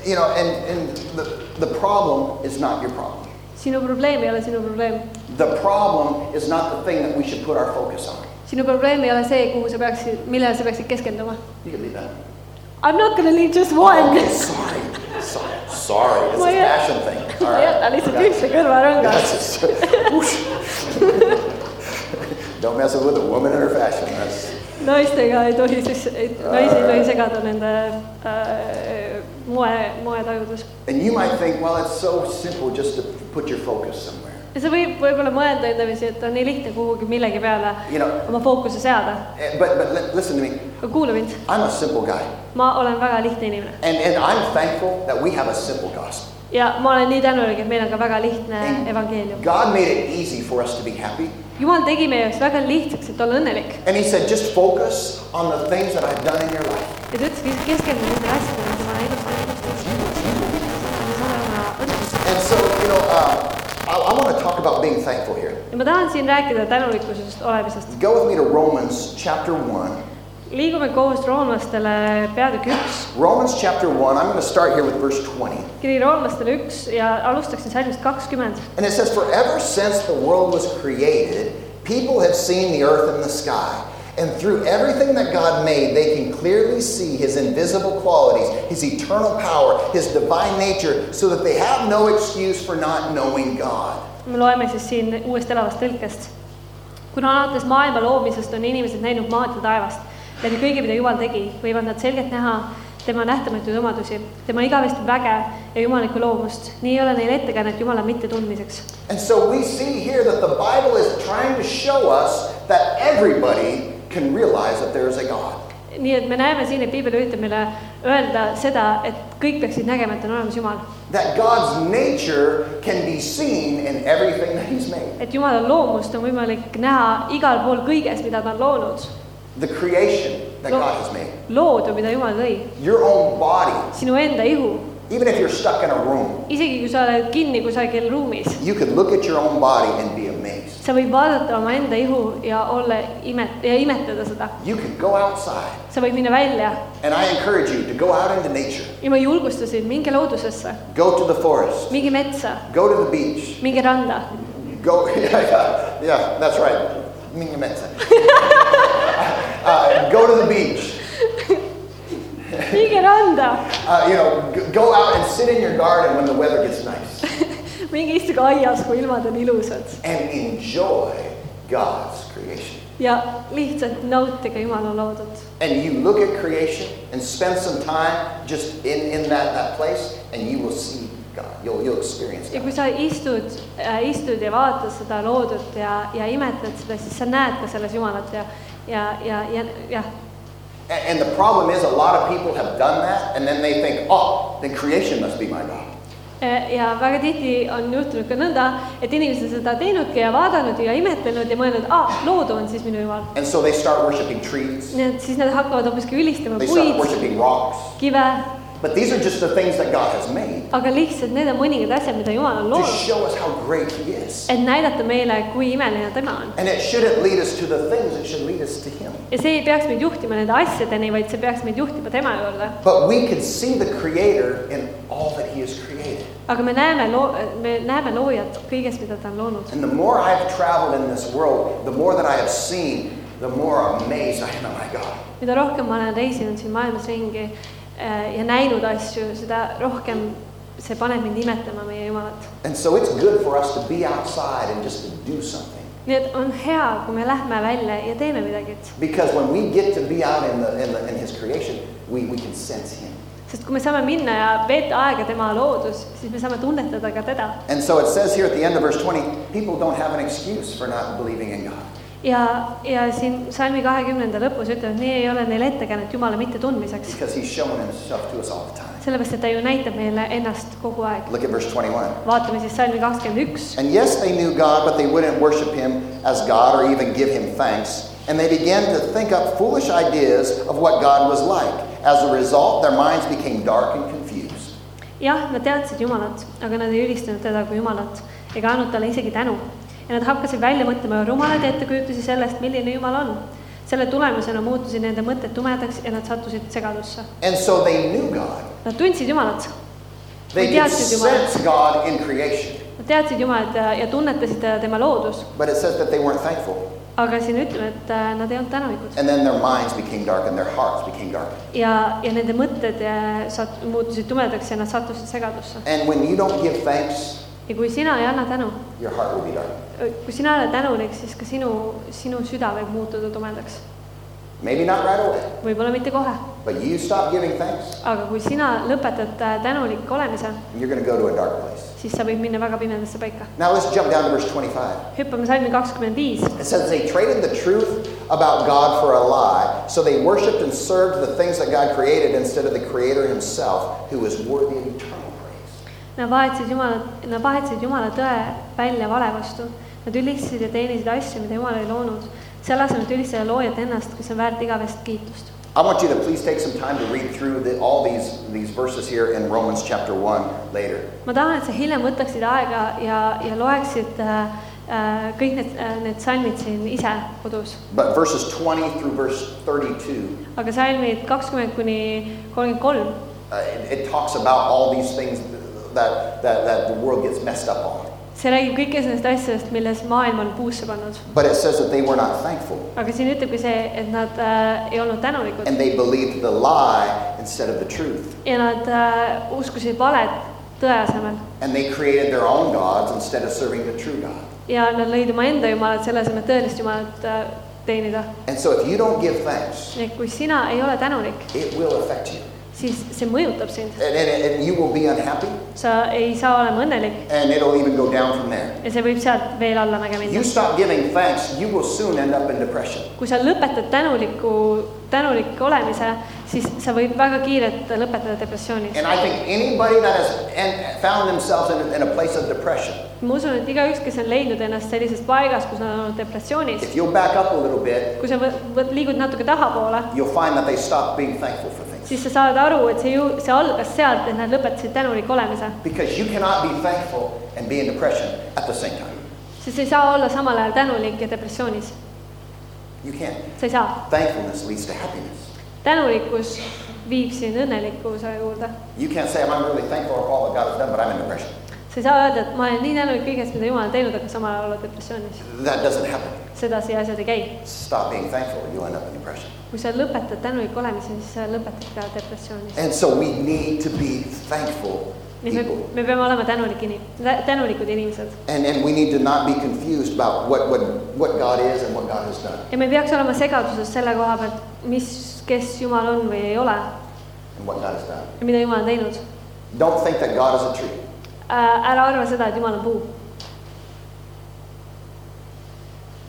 A: you know, and and the the problem is not your problem.
B: sinu probleem ei ole sinu probleem .
A: The problem is not the thing that we should put our focus on.
B: sinu probleem ei ole see , kuhu sa peaksid , millele sa peaksid keskenduma .
A: You can leave that.
B: I m not gonna leave just one
A: Okay, sorry, sorry, sorry. It's
B: Well,
A: a
B: yeah.
A: fashion thing. All
B: ma
A: right.
B: jätan lihtsalt
A: Yeah.
B: ühte kõrvarõnga .
A: That's just- whoosh. Don't mess with a woman and her fashion. That's,
B: naistega ei tohi siis , naisi ei tohi segada nende äh, moe , moetajudus .
A: and you might think, well, it's so simple just to put your focus somewhere.
B: ja sa võid võib-olla mõelda endamisi , et on nii lihtne kuhugi millegi peale
A: You know,
B: oma fookuse seada .
A: eh, but but li- listen to me.
B: aga kuula mind ,
A: I'm a simple guy,
B: ma olen väga lihtne inimene
A: and and I'm thankful that we have a simple gospel.
B: ja ma olen nii tänulik , et meil on ka väga lihtne
A: And
B: evangeelium .
A: God made it easy for us to be happy.
B: jumal tegi meie jaoks väga lihtsaks , et olla õnnelik
A: And he said, just focus on the things that I've done in your life.
B: ja ta ütles , keskendu nendele asjadele , mida ma olen elus näinud .
A: And so, you know, uh, I, I want to talk about being thankful here.
B: ja ma tahan siin rääkida tänulikkusest olemisest .
A: Go with me to Romans chapter 1.
B: liigume koos roomlastele peatükk üks ,
A: Romans chapter 1, I'm going to start here with verse 20.
B: kiri roomlastele üks ja alustaksin salmist kakskümmend .
A: And it says, For ever since the world was created, people have seen the earth and the sky. And through everything that God made, they can clearly see his invisible qualities, his eternal power, his divine nature, so that they have no excuse for not knowing God.
B: me loeme siis siin uuest elavast tõlkest . kuna alates maailma loomisest on inimesed näinud maad ja taevast läbi kõige , mida Jumal tegi , võivad nad selgelt näha tema nähtamatuid omadusi , tema igavest väge ja jumalikku loomust , nii ei ole neil ettekäänet Jumala mittetundmiseks
A: And so we see here that the Bible is trying to show us that everybody can realize that there is a God.
B: nii et me näeme siin , et piibel üritab meile öelda seda , et kõik peaksid nägema , et on olemas Jumal .
A: That God's nature can be seen in everything that He's made.
B: et Jumala loomust on võimalik näha igal pool kõiges , mida ta on loonud .
A: The creation that
B: Lo-
A: God has made.
B: loodu , mida Jumal lõi ,
A: Your own body.
B: sinu enda ihu ,
A: Even if you're stuck in a room,
B: isegi kui sa oled kinni kusagil ruumis ,
A: you could look at your own body and be amazed.
B: sa võid vaadata omaenda ihu ja olla imet- , ja imetleda seda .
A: You could go outside.
B: sa võid minna välja
A: And I encourage you to go out into nature.
B: ja ma julgustasin , minge loodusesse ,
A: Go to the forest.
B: minge metsa ,
A: Go to the beach.
B: minge randa .
A: Go, yeah, yeah, yeah that's right. Minha mensa. uh, go to the beach.
B: minge randa ,
A: Uh, you know, g- go out and sit in your garden when the weather gets nice
B: minge istuge aias , kui ilmad on ilusad
A: and enjoy God's creation.
B: ja lihtsalt nautige Jumala loodut .
A: And you look at creation and spend some time just in, in that, that place, and you will see God. You'll, you'll experience
B: ja kui
A: God.
B: sa istud äh, , istud ja vaatad seda loodut ja , ja imetled seda , siis sa näed ka selles Jumalat ja , ja , ja , ja , jah .
A: A- And the problem is, a lot of people have done that, and then they think, oh, then creation must be my God.
B: Eh, ja väga tihti on juhtunud ka nõnda , et inimesed on seda teinudki ja vaadanud ja imetlenud ja mõelnud , aa , loodu on siis minu Jumal .
A: And so they start worshiping trees,
B: nii et siis nad hakkavad hoopiski ülistama
A: they start
B: puid ,
A: worshiping rocks.
B: kive ,
A: But these are just the things that God has made
B: aga lihtsalt need on mõningad asjad , mida Jumal
A: to
B: on loonud ,
A: show us how great He is.
B: et näidata meile , kui imeline tema on .
A: And it shouldn't lead us to the things, it should lead us to Him.
B: ja see ei peaks meid juhtima nende asjadeni , vaid see peaks meid juhtima tema juurde
A: But we can see the Creator in all that He has created.
B: aga me näeme loo- , me näeme loojat kõiges , mida ta on loonud .
A: And the more I've traveled in this world, the more that I have seen, the more amazed I am at my God.
B: mida eh, rohkem ma olen reisinud siin maailmas ringi äh, ja näinud asju , seda rohkem see paneb mind imetlema meie Jumalat .
A: And so it's good for us to be outside and just to do something.
B: nii et on hea , kui me lähme välja ja teeme midagi ,
A: Because when we get to be out in, the, in, the, in His creation, we, we can sense Him.
B: sest kui me saame minna ja veeta aega tema loodus , siis me saame tunnetada ka teda .
A: And so it says here at the end of verse 20 people don't have an excuse for not believing in God.
B: ja , ja siin salmi kahekümnenda lõpus ütleb , nii ei ole neil ettekäänet Jumala mittetundmiseks ,
A: Because He's showing Himself to us all the time.
B: sellepärast et ta ju näitab meile ennast kogu aeg .
A: Look at verse 21.
B: vaatame siis salmi kakskümmend üks
A: And yes, they knew God, but they wouldn't worship Him as God or even give Him thanks. And they began to think up foolish ideas of what God was like. As a result, their minds became dark and confused.
B: jah , nad teadsid Jumalat , aga nad ei ülistanud teda kui Jumalat ega andnud talle isegi tänu . ja nad hakkasid välja mõtlema rumalaid ettekujutusi sellest , milline Jumal on . selle tulemusena muutusid nende mõtted tumedaks ja nad sattusid segadusse .
A: And so they knew God.
B: Nad tundsid Jumalat ,
A: They could
B: They doubted Jumalat.
A: sense God in creation.
B: nad teadsid Jumalat ja, ja tunnetasid äh, tema loodus ,
A: But it says that they weren't thankful.
B: aga siin ütleme , et äh, nad ei olnud tänulikud
A: And then their minds became dark and their hearts became dark.
B: ja , ja nende mõtted äh, sat- , muutusid tumedaks ja nad sattusid segadusse .
A: And when you don't give thanks,
B: ja kui sina ei anna tänu ,
A: your heart will be dark.
B: kui sina ei ole tänulik , siis ka sinu , sinu süda võib muutuda tumedaks .
A: Maybe not right away,
B: võib-olla mitte kohe
A: but you stop giving thanks,
B: aga kui sina lõpetad äh, tänulik olemise ,
A: and you're going to go to a dark place.
B: siis sa võid minna väga pimedasse paika .
A: Now let's jump down to verse 25.
B: hüppame salmi kakskümmend viis .
A: It says they traded the truth about God for a lie, so they worshiped and served the things that God created instead of the Creator Himself, who is worthy of eternal praise.
B: Nad vahetasid Jumalat , nad vahetasid Jumala tõe välja vale vastu . Nad ülistasid ja teenisid asju , mida Jumal ei loonud , selle asemel , et ülistada loojat ennast , kes on väärt igavest kiitust .
A: I want you to please take some time to read through the, all these, these verses here in Romans chapter 1 later.
B: ma tahan , et sa hiljem võtaksid aega ja , ja loeksid äh, äh, kõik need äh, , need salmid siin ise kodus .
A: But verses 20 through verse 32,
B: aga salmid kakskümmend kuni kolmkümmend kolm
A: uh, it, it talks about all these things that, that, that the world gets messed up on.
B: see räägib kõikidest nendest asjadest , milles maailm on puusse pannud .
A: But it says that they were not thankful
B: aga siin ütlebki see , et nad äh, ei olnud tänulikud
A: and they believed the lie instead of the truth.
B: ja nad äh, uskusid valet tõe asemel
A: And they created their own gods instead of serving the true God.
B: ja nad lõid omaenda jumalat selle asemel , et tõelist jumalat äh, teenida .
A: And so if you don't give thanks,
B: nii et kui sina ei ole tänulik ,
A: it will affect you.
B: siis see mõjutab sind ,
A: And, and, and you will be unhappy
B: sa ei saa olema õnnelik
A: and it'll even go down from there.
B: ja see võib sealt veel allamäge minna
A: You . stop giving thanks, you will soon end up in depression.
B: kui sa lõpetad tänuliku , tänulik olemise , siis sa võid väga kiirelt lõpetada depressioonis .
A: And I think anybody that has and found themselves in, in a place of depression,
B: ma usun , et igaüks , kes on leidnud ennast sellises paigas , kus nad on olnud depressioonis ,
A: if you'll back up a little bit,
B: kui sa võ- võ- liigud natuke tahapoole ,
A: you'll find that they stop being thankful for things.
B: siis sa saad aru , et see ju , see algas sealt , et nad lõpetasid tänulik olemise .
A: Because you cannot be thankful and be in depression at the same time.
B: sest sa ei saa olla samal ajal tänulik ja depressioonis ,
A: You can't.
B: sa ei saa .
A: Thankfulness leads to happiness.
B: tänulikkus viib sind õnnelikkuse juurde .
A: You can't say, I'm really thankful for all that God has done, but I'm in depression.
B: sa ei saa öelda , et ma olen nii tänulik kõigest , mida Jumal on teinud , aga samal ajal olla depressioonis .
A: That doesn't happen.
B: sedasi asjad ei käi .
A: Stop being thankful, you'll end up in depression.
B: kui sa lõpetad tänulik olemise , siis sa lõpetad ka depressioonis .
A: And so we need to be thankful
B: nii et me
A: people. ,
B: me peame olema tänulik inim- , tänulikud inimesed
A: And, and we need to not be confused about what, what, what God is and what God has done
B: ja me ei peaks olema segaduses selle koha pealt , mis , kes Jumal on või ei ole ja
A: and what God has done.
B: mida Jumal on teinud
A: Don't think that God is a tree.
B: Äh, ära arva seda , et jumal on puu ,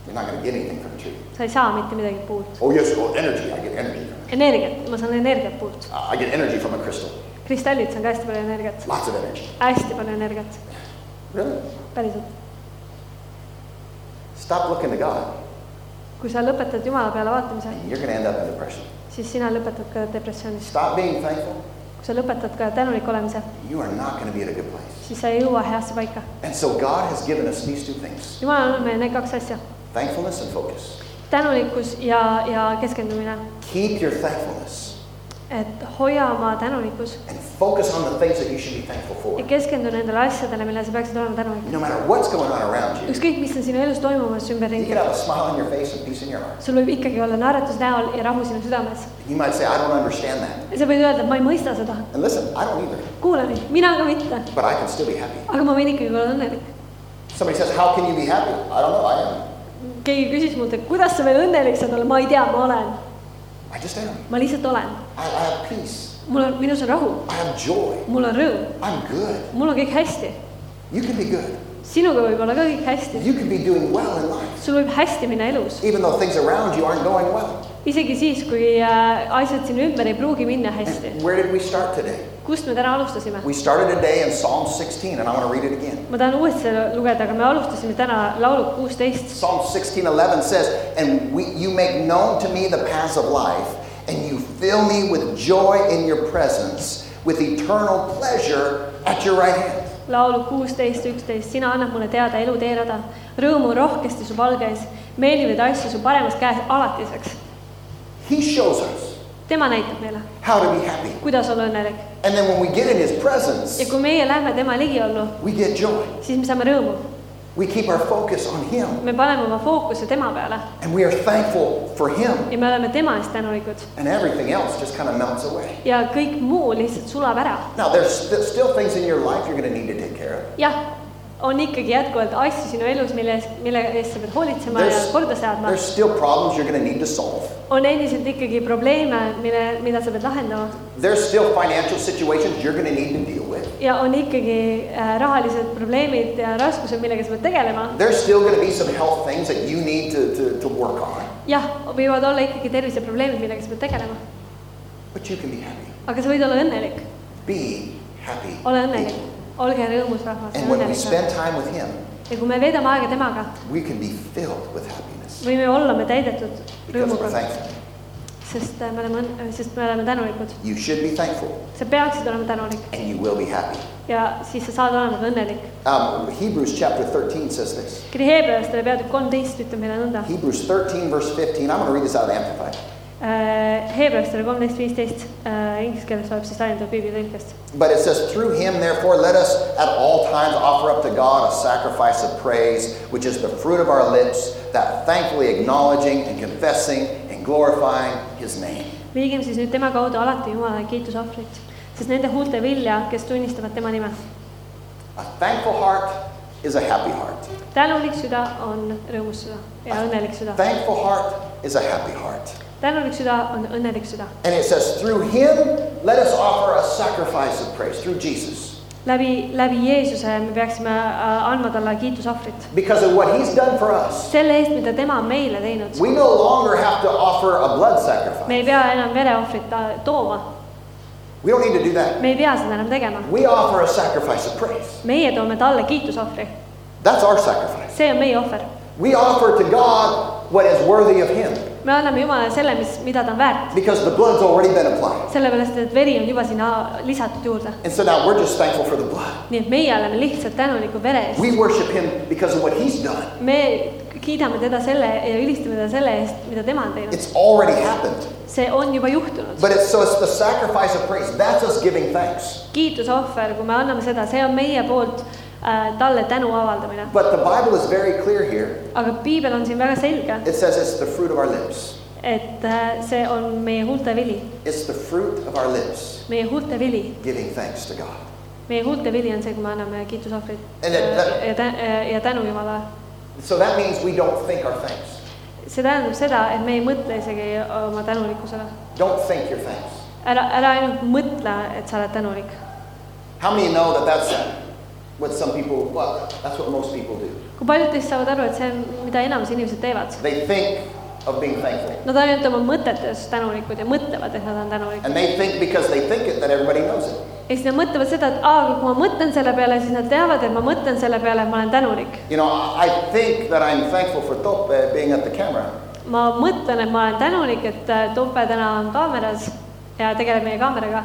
A: You're not going to get anything from a tree.
B: sa ei saa mitte midagi puult .
A: Oh, yes, well, energy. I get energy from it.
B: energiat , ma saan energiat puult .
A: I get energy from a crystal.
B: kristallid saan ka hästi palju energiat ,
A: Lots of energy.
B: hästi palju energiat ,
A: Really?
B: päriselt .
A: Stop looking to God,
B: kui sa lõpetad jumala peale vaatamise ,
A: and you're going to end up in depression.
B: siis sina lõpetad ka depressioonis .
A: Stop being thankful.
B: kui sa lõpetad ka tänulik olemise ,
A: You are not going to be at a good place.
B: siis sa ei jõua heasse paika .
A: And so God has given us these two things
B: jumal annab meile need kaks asja ,
A: thankfulness and focus.
B: tänulikkus ja , ja keskendumine .
A: Keep your thankfulness
B: et hoia oma tänulikkus
A: and focus on the things that you should be thankful
B: ja
A: for.
B: keskendu nendele asjadele , millele sa peaksid olema tänulik .
A: No matter what's going on around you,
B: ükskõik , mis on sinu elus toimumas
A: you
B: ümberringi
A: can have a smile on your face and peace in your heart.
B: sul võib ikkagi olla naeratus näol ja rahu sinu südames .
A: You might say, I don't understand that.
B: sa võid öelda , et ma ei mõista seda .
A: And listen, I don't either,
B: kuula nüüd , mina ka mitte ,
A: but I can still be happy.
B: aga ma võin ikkagi olla õnnelik .
A: Somebody says, How can you be happy? I don't know, I am.
B: keegi küsis mult , et kuidas sa veel õnnelik saad olla , ma ei tea , ma olen ,
A: I just am.
B: ma lihtsalt olen .
A: I, I have peace.
B: mul on , minus on rahu ,
A: I have joy.
B: mul on rõõm ,
A: I'm good.
B: mul on kõik hästi .
A: You can be good.
B: sinuga võib olla ka kõik hästi ,
A: You can be doing well in life,
B: sul võib hästi minna elus ,
A: even though things around you aren't going well.
B: isegi siis , kui äh, asjad sinu ümber ei pruugi minna hästi
A: And where did we start today?
B: kust me täna alustasime ?
A: We started today in Psalm 16, and I want to read it again.
B: ma tahan uuesti selle lugeda , aga me alustasime täna laulu kuusteist .
A: Psalm 16:11 says, "And we, you make known to me the paths of life, and you fill me with joy in your presence, with eternal pleasure at your right hand."
B: laulu kuusteist , üksteist , sina annad mulle teada elu teerada , rõõmu rohkesti su palges , meeldivaid asju su paremas käes alatiseks .
A: He shows us
B: tema näitab meile ,
A: how to be happy.
B: kuidas olla õnnelik
A: And then when we get in his presence,
B: ja kui meie läheme tema ligiollu ,
A: we get joy.
B: siis me saame rõõmu .
A: We keep our focus on him,
B: me paneme oma fookuse tema peale
A: and we are thankful for him,
B: ja me oleme tema eest tänulikud
A: and everything else just kind of melts away.
B: ja kõik muu lihtsalt sulab ära .
A: Now, there's st- still things in your life you're going to need to take care of.
B: jah , on ikkagi jätkuvalt asju sinu elus , mille eest , mille eest sa pead hoolitsema ja
A: There's,
B: korda seadma
A: there's still problems you're going to need to solve.
B: on endiselt ikkagi probleeme , mille , mida sa pead lahendama
A: There's still financial situations you're going to need to deal with.
B: ja on ikkagi äh, rahalised probleemid ja raskused , millega sa pead tegelema .
A: There's still going to be some health things that you need to, to, to work on,
B: jah , võivad olla ikkagi terviseprobleemid , millega sa pead tegelema ,
A: but you can be happy.
B: aga sa võid olla õnnelik ,
A: Be happy.
B: ole õnnelik , olge rõõmus rahvas ,
A: And when we
B: õnnelik .
A: spend time with Him,
B: ja kui me veedame aega temaga ,
A: we can be filled with happiness
B: võime olla me täidetud
A: because we're
B: rõõmuga ,
A: thankful.
B: sest äh, me oleme õnn- , sest me oleme tänulikud .
A: You should be thankful,
B: sa peaksid olema tänulik
A: and you will be happy.
B: ja siis sa saad olema ka õnnelik .
A: Um, Hebrews chapter 13 says this.
B: kiri Hebrealastele peatükk kolmteist ütleb meile nõnda .
A: Hebrews 13, verse 15. I'm going to read this out of the Amplified.
B: Hebrealastele Äh, kolmteist viisteist , inglise keeles loeb siis Daniel Toobi tõlkest
A: But it says, Through him, therefore, let us at all times offer up to God a sacrifice of praise, which is the fruit of our lips, that thankfully acknowledging and confessing and glorifying his name.
B: viigem siis nüüd tema kaudu alati Jumala kiitusohvrit , sest nende huulte vilja , kes tunnistavad tema nime .
A: A thankful heart is a happy heart.
B: tänulik süda on rõõmus süda ja õnnelik süda .
A: Thankful heart is a happy heart.
B: tänulik süda on õnnelik süda .
A: And it says, Through him, let us offer a sacrifice of praise, through Jesus,
B: läbi , läbi Jeesuse me peaksime äh, andma talle kiitusohvrit
A: because of what he's done for us.
B: selle eest , mida tema on meile teinud .
A: We no longer have to offer a blood sacrifice.
B: me ei pea enam vereohvrit ta- tooma ,
A: We don't need to do that.
B: me ei pea seda enam tegema .
A: We offer a sacrifice of praise.
B: meie toome talle kiitusohvri ,
A: That's our sacrifice.
B: see on meie ohver .
A: We offer to God what is worthy of Him
B: me anname Jumalale selle , mis , mida ta on väärt ,
A: because the blood's already been applied.
B: sellepärast et veri on juba sinna lisatud juurde .
A: And so now we're just thankful for the blood.
B: nii et meie oleme lihtsalt tänulikud vere eest .
A: We worship Him because of what He's done.
B: me kiidame teda selle ja ülistame teda selle eest , mida tema on teinud .
A: It's already happened.
B: see on juba juhtunud .
A: But it's so it's the sacrifice of praise. That's us giving thanks.
B: kiitusohver , kui me anname seda , see on meie poolt äh, talle tänu avaldamine .
A: But the Bible is very clear here.
B: aga piibel on siin väga selge ,
A: It says it's the fruit of our lips.
B: et äh, see on meie huulte vili ,
A: It's the fruit of our lips
B: meie huulte vili ,
A: giving thanks to God.
B: meie huulte vili on see , kui me anname kiitusohvrit
A: And that- that-
B: äh, ja, tä- äh, ja tänu Jumalale .
A: So that means we don't think our thanks.
B: see tähendab seda , et me ei mõtle isegi oma tänulikkusele .
A: Don't think your thanks.
B: ära , ära ainult mõtle , et sa oled tänulik .
A: How many know that that's what some people, well, that's what most people do?
B: kui paljud teist saavad aru , et see on , mida enamus inimesed teevad ?
A: They think of being thankful.
B: Nad ainult oma mõtetes tänulikud ja mõtlevad , et nad on tänulikud .
A: And they think because they think it that everybody knows it.
B: ja siis nad mõtlevad seda , et aa , aga kui ma mõtlen selle peale , siis nad teavad , et ma mõtlen selle peale , et ma olen tänulik .
A: You know, I I think that I'm thankful for Tope being at the camera.
B: ma mõtlen , et ma olen tänulik , et äh, Tope täna on kaameras ja tegeleb meie kaameraga .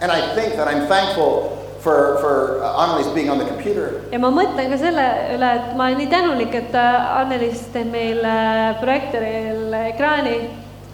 A: And I think that I'm thankful for, for uh, Annalise being on the computer.
B: ja ma mõtlen ka selle üle , et ma olen nii tänulik , et äh, Annelis teeb meil äh, projektoril ekraani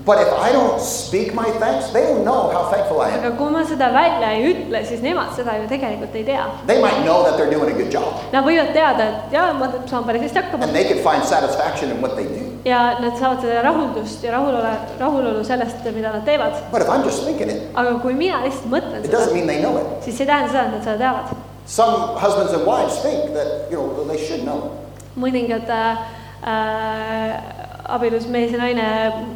A: But if I don't speak my thanks, they don't know how thankful I am.
B: aga kui ma seda välja ei ütle , siis nemad seda ju tegelikult ei tea .
A: They might know that they're doing a good job
B: Nad võivad teada , et jaa , ma saan päris hästi hakkama
A: and they can find satisfaction in what they do.
B: ja nad saavad seda rahuldust ja rahulole , rahulolu sellest , mida nad teevad .
A: But if I'm just thinking it,
B: aga kui mina lihtsalt mõtlen
A: it
B: seda
A: doesn't , mean they know it.
B: siis see ei tähenda seda , et nad seda teavad .
A: Some husbands and wives think that, you know, they should know.
B: mõningad äh, äh, abielus mees ja naine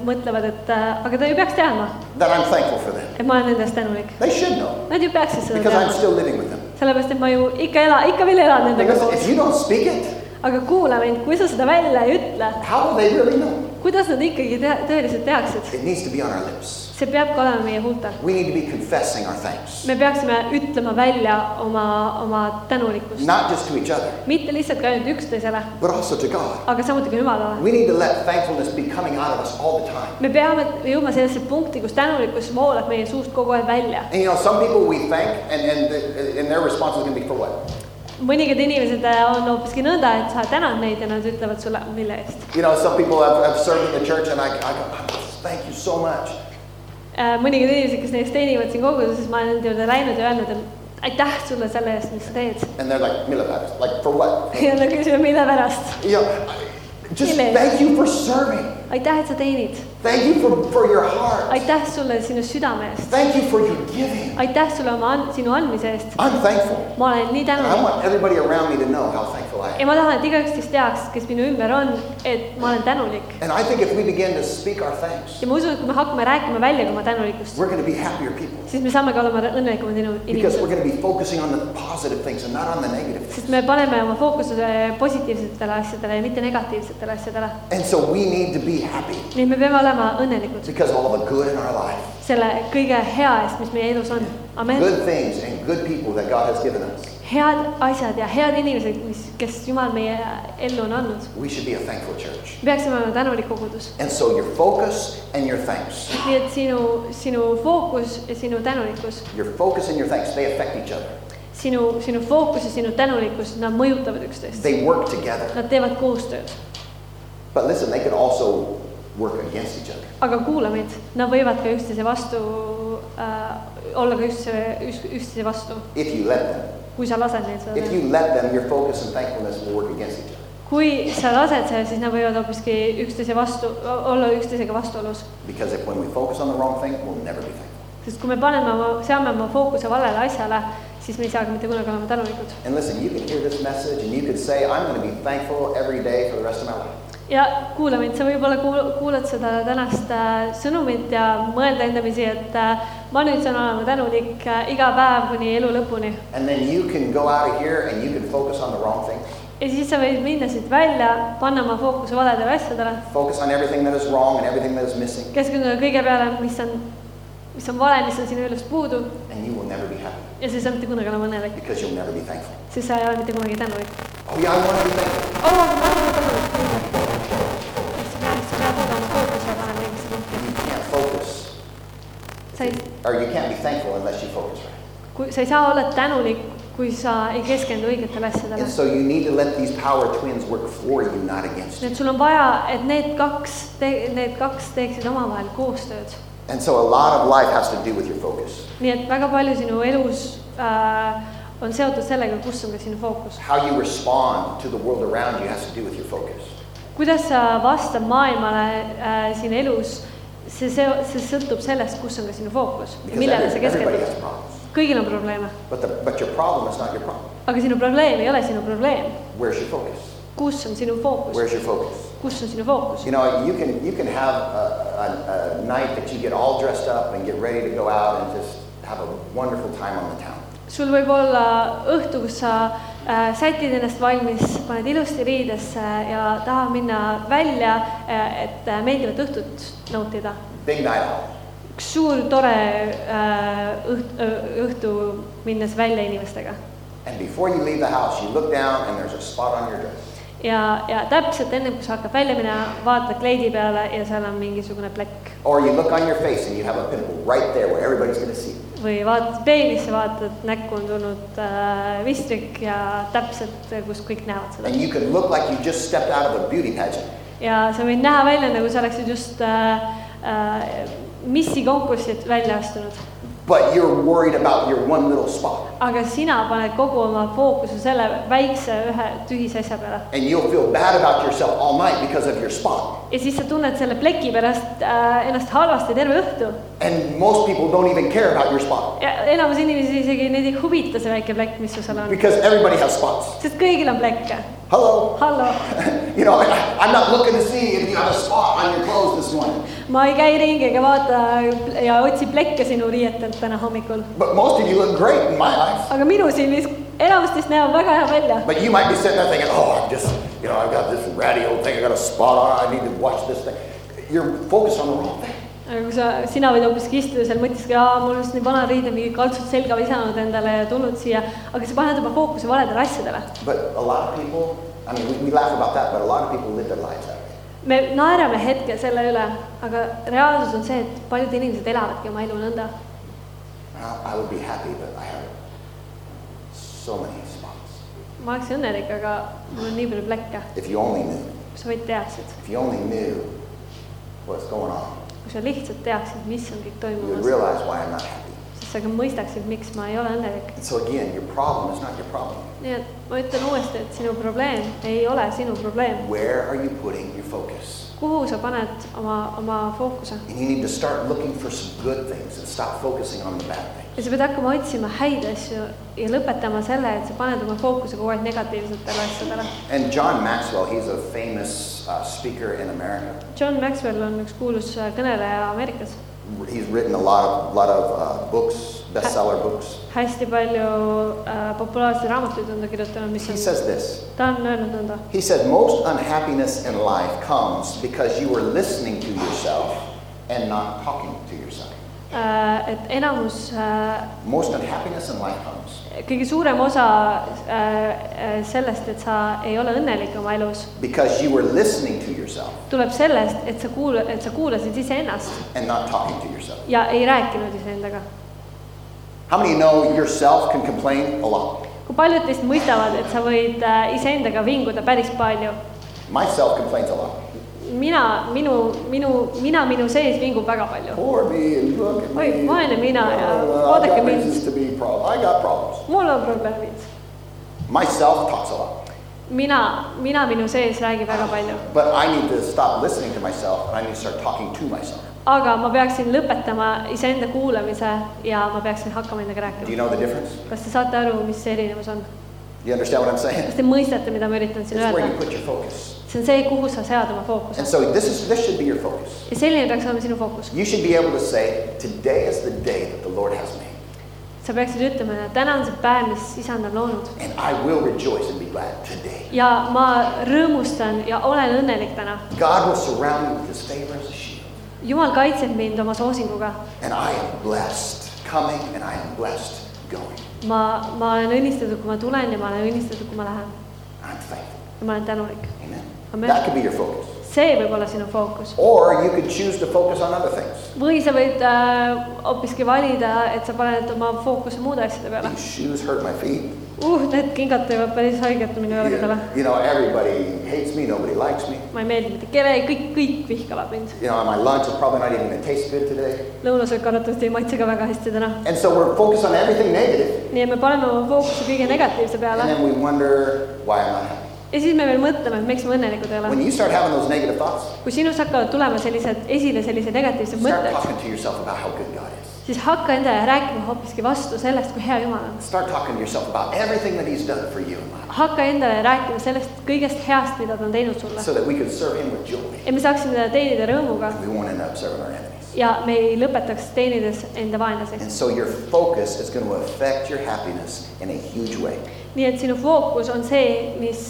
B: mõtlevad , et äh, aga ta ju peaks teadma ,
A: That I'm thankful for them.
B: et ma olen nende eest tänulik .
A: They should know
B: Nad ju peaksid seda
A: because I'm
B: teadma ,
A: still living with them.
B: sellepärast et ma ju ikka ela , ikka veel elan nendega
A: Because
B: koos
A: if you don't speak it,
B: aga kuula mind , kui sa seda välja ei ütle ,
A: how will they really know?
B: kuidas nad ikkagi te tõeliselt tehakse ?
A: It needs to be on our lips.
B: see peab ka olema meie huultel .
A: We need to be confessing our thanks,
B: me peaksime ütlema välja oma , oma tänulikkust ,
A: not just to each other,
B: mitte lihtsalt ka ainult üksteisele ,
A: but also to God.
B: aga samuti ka Jumalale .
A: We need to let thankfulness be coming out of us all the time.
B: me peame jõudma sellesse punkti , kus tänulikkus voolab meie suust kogu aeg välja .
A: And you know, some people we thank, and, and, and their response is going to be for what?
B: mõningad inimesed äh, on hoopiski nõnda , et sa tänad neid ja nad ütlevad sulle , mille eest .
A: You know, some people have, have served in the church, and I, I go, "Oh, thank you so much.
B: Äh, mõningad inimesed , kes näiteks teenivad siin koguduses , ma olen nende juurde läinud ja öelnud , et aitäh sulle selle eest , mis sa teed .
A: And they're like, Milapatis, like for what?
B: ja nad küsivad , mille pärast
A: You know, I- just
B: Mille eest?
A: thank you for serving.
B: aitäh , et sa teenid ,
A: Thank you for, for your heart.
B: aitäh sulle sinu südame eest ,
A: Thank you for your giving.
B: aitäh sulle oma an- , sinu andmise eest .
A: I'm thankful.
B: ma olen nii
A: And I
B: tänulik
A: want everybody around me to know how thankful I am.
B: ja ma tahan , et igaüks teist teaks , kes minu ümber on , et ma olen tänulik
A: And I think if we begin to speak our thanks,
B: ja ma usun , et kui me hakkame rääkima välja oma tänulikkust ,
A: we're going to be happier people
B: siis me saame ka olema õnnelikumad inu-
A: because we're
B: inimesed ,
A: going to be focusing on the positive things and not on the negative
B: sest
A: things.
B: me paneme oma fookuse positiivsetele asjadele ja mitte negatiivsetele asjadele .
A: And so we need to be happy
B: nii et me peame olema õnnelikud
A: because of all the good in our life,
B: selle kõige hea eest , mis meie elus on . amen .
A: good things and good people that God has given us.
B: head asjad ja head inimesed , mis , kes Jumal meie ellu on andnud .
A: We should be a thankful church.
B: me peaksime olema tänulik kogudus .
A: And so your focus and your thanks,
B: nii et sinu , sinu fookus ja sinu tänulikkus ,
A: your focus and your thanks, they affect each other.
B: sinu , sinu fookus ja sinu tänulikkus , nad mõjutavad üksteist .
A: They work together.
B: Nad teevad koostööd .
A: But listen, they could also work against each other.
B: aga kuula mind , nad võivad ka üksteise vastu äh, , olla ka üksteise , üksteise vastu ,
A: If you let them.
B: kui sa lased neid seda
A: If
B: teha .
A: you let them, your focus and thankfulness will work against each other.
B: kui sa lased selle , siis nad võivad hoopiski üksteise vastu , olla üksteisega vastuolus .
A: Because if when we focus on the wrong thing, we'll never be thankful.
B: sest kui me paneme oma , seame oma fookuse valele asjale , siis me ei saagi mitte kunagi olema tänulikud .
A: And listen, you can hear this message and you can say, I'm going to be thankful every day for the rest of my life.
B: ja kuula mind , sa võib-olla kuul- kuulad seda tänast äh, sõnumit ja mõelda endamisi , et äh, ma nüüd saan olema tänulik äh, iga päev kuni elu lõpuni .
A: And then you can go out of here and you can focus on the wrong thing.
B: ja siis sa võid minna siit välja , panna oma fookuse valedele asjadele ,
A: Focus on everything that is wrong and everything that is missing,
B: keskenduda kõige peale , mis on , mis on vale , mis on sinu elust puudu
A: and you will never be happy
B: ja siis sa ei saa mitte kunagi olema õnnelik ,
A: because you'll never be thankful.
B: siis sa ei ole mitte kunagi tänulik .
A: Oh, yeah, I want to be thankful.
B: oo , Oh, ma olen tänulik . sa pead , sa pead oma fookuse panema õigesse punkti .
A: You can't focus,
B: sa ei ,
A: or you can't be thankful unless you focus right.
B: kui sa ei saa olla tänulik , kui sa ei keskendu õigetele asjadele
A: And so you need to let these power twins work for you, not against
B: nii
A: you.
B: et sul on vaja , et need kaks , need kaks teeksid omavahel koostööd .
A: And so a lot of life has to do with your focus.
B: nii et väga palju sinu elus äh, on seotud sellega , kus on ka sinu fookus .
A: How you respond to the world around you has to do with your focus.
B: kuidas sa vastad maailmale äh, siin elus , see , see , see sõltub sellest , kus on ka sinu fookus ja
A: Because
B: millele sa
A: every- everybody has
B: keskendud .
A: problems.
B: kõigil on probleeme ,
A: But, the, but your problem is not your problem.
B: aga sinu probleem ei ole sinu probleem .
A: Where's your focus?
B: kus on sinu fookus ,
A: Where's your focus?
B: kus on sinu fookus
A: You ? know, you can, you can have a, a, a night that you get all dressed up and get ready to go out and just have a wonderful time on the town.
B: sul võib olla õhtu , kus sa äh, sätid ennast valmis , paned ilusti riidesse ja tahad minna välja äh, , et äh, meeldivat õhtut nautida .
A: Big night out.
B: üks suur tore äh, õht- , õhtu minnes välja inimestega
A: And before you leave the house, you look down and there's a spot on your dress.
B: ja , ja täpselt enne , kui sa hakkad välja minema , vaata kleidi peale ja seal on mingisugune plekk
A: Or you look on your face and you have a pimple right there where everybody's going to see. it.
B: või vaatad peeglisse , vaatad , näkku on tulnud äh, vistrik ja täpselt , kus kõik näevad seda
A: And you could look like you just stepped out of a beauty pageant.
B: ja sa võid näha välja , nagu sa oleksid just äh, äh, missi konkursilt välja astunud .
A: but you're worried about your one little spot.
B: aga sina paned kogu oma fookuse selle väikse ühe tühise asja peale
A: And you'll feel bad about yourself all night because of your spot.
B: ja siis sa tunned selle pleki pärast äh, ennast halvasti terve õhtu .
A: And most people don't even care about your spot
B: ja enamus inimesi isegi neid ei huvita see väike plekk , mis sul seal on ,
A: because everybody has spots.
B: sest kõigil on plekke .
A: Hello.
B: hallo ,
A: you know, I, I'm not looking to see if you have a spot on your clothes this morning.
B: ma ei käi ringi ega vaata ja otsi plekke sinu riietelt täna hommikul ,
A: But most of you look great in my life.
B: aga minu silmis enamustist näevad väga hea välja
A: But you might be sitting there thinking, oh, I'm just, you know, I've got this ratty old thing, I got a spot on, I need to watch this thing. You're focused on the wrong thing.
B: aga kui sa , sina võid hoopiski istuda seal , mõtlesid , aa , mul on just nii vana riide , mingi kaltsud selga visanud endale ja tulnud siia , aga sa paned oma fookuse valedele asjadele .
A: But a lot of people, I mean, we, we laugh about that, but a lot of people live their lives that way.
B: me naerame hetkel selle üle , aga reaalsus on see , et paljud inimesed elavadki oma elu nõnda .
A: And I, I would be happy, but I have so many spots.
B: ma oleks õnnelik , aga mul on nii palju plekke ,
A: If you only knew,
B: sa võid teaksid ,
A: if you only knew what's going on,
B: kui sa lihtsalt teaksid , mis on kõik
A: you would
B: toimumas ,
A: realize why I'm not happy.
B: siis sa ka mõistaksid , miks ma ei ole õnnelik .
A: And so again, your problem is not your problem.
B: nii et ma ütlen uuesti , et sinu probleem ei ole sinu probleem .
A: Where are you putting your focus?
B: kuhu sa paned oma , oma fookuse ?
A: And you need to start looking for some good things and stop focusing on the bad things.
B: ja sa pead hakkama otsima häid asju ja lõpetama selle , et sa paned oma fookuse kogu aeg negatiivsetele asjadele .
A: And John Maxwell, he's a famous uh, speaker in America.
B: John Maxwell on üks kuulus äh, kõneleja Ameerikas ,
A: He's written a lot of, lot of uh, books, bestseller books.
B: hästi palju äh, populaarseid raamatuid on ta kirjutanud , mis
A: He
B: on ,
A: says this
B: ta on öelnud nõnda ,
A: He said, Most unhappiness in life comes because you were listening to yourself and not talking to yourself.
B: äh, et enamus ,
A: Most unhappiness in life comes
B: kõige suurem osa äh, äh, sellest , et sa ei ole õnnelik oma elus ,
A: because you were listening to yourself
B: tuleb sellest , et sa kuula- , et sa kuulasid iseennast
A: and not talking to yourself.
B: ja ei rääkinud iseendaga .
A: How many know yourself can complain a lot?
B: kui paljud teist mõistavad , et sa võid äh, iseendaga vinguda päris palju
A: Myself complains a lot.
B: mina , minu , minu , mina minu sees vingub väga palju .
A: Poor me, and look at
B: Oi,
A: me. Uh,
B: vaene mina ja
A: I've
B: vaadake
A: got
B: mind.
A: reasons to be proud. I got problems.
B: mul on probleemid .
A: Myself talks a lot,
B: mina , mina minu sees räägin väga palju ,
A: but I need to stop listening to myself and I need to start talking to myself.
B: aga ma peaksin lõpetama iseenda kuulamise ja ma peaksin hakkama endaga
A: Do you
B: rääkima .
A: know the difference?
B: kas te saate aru , mis see erinevus on ?
A: You understand what I'm saying?
B: kas te mõistate , mida ma üritan
A: It's
B: siin
A: where you
B: öelda ?
A: put your focus.
B: see on see , kuhu sa sead oma
A: And
B: fookuse
A: so this is this should be your focus.
B: ja selline peaks olema sinu fookus .
A: You should be able to say, "Today is the day that the Lord has made,
B: sa peaksid ütlema , et täna on see päev , mis isand on loonud
A: and I will rejoice and be glad today."
B: ja ma rõõmustan ja olen õnnelik täna .
A: God will surround me with His favor as a shield,
B: jumal kaitseb mind oma soosinguga
A: and I am blessed coming, and I am blessed going.
B: ma , ma olen õnnistatud , kui ma tulen ja ma olen õnnistatud , kui ma lähen
A: I'm thankful.
B: ja ma olen tänulik .
A: Amen.
B: Amen.
A: That could be your focus.
B: see võib olla sinu fookus
A: Or you could choose to focus on other things.
B: või sa võid äh, hoopiski valida , et sa paned oma fookuse muude asjade peale
A: These shoes hurt my feet.
B: uh, . Need kingad teevad päris haiget minu jalgadele .
A: You know, everybody hates me, nobody likes me.
B: ma ei meeldi mitte kellelegi , kõik , kõik vihkavad mind .
A: You know, my lunch is probably not even going to taste good today.
B: lõunasöök arvatavasti ei maitse ka väga hästi täna .
A: And so we're focused on everything negative,
B: nii et me paneme oma fookuse kõige negatiivse
A: and
B: peale
A: then we wonder why I'm not happy.
B: ja siis me veel mõtleme , et miks me õnnelikud ei
A: When
B: ole .
A: you start having those negative thoughts,
B: kui sinust hakkavad tulema sellised , esile sellised negatiivsed
A: start
B: mõtted ,
A: talking to yourself about how good God is.
B: siis hakka endale rääkima hoopiski vastu sellest , kui hea Jumal on .
A: Start talking to yourself about everything that He's done for you in life,
B: hakka endale rääkima sellest kõigest heast , mida ta on teinud sulle
A: so that we can serve Him with joy,
B: ja me saaksime teda teenida rõõmuga
A: and we won't end up serving our enemies.
B: ja me ei lõpetaks teenides enda vaenlaseks
A: And . so your focus is going to affect your happiness in a huge way.
B: nii et sinu fookus on see , mis ,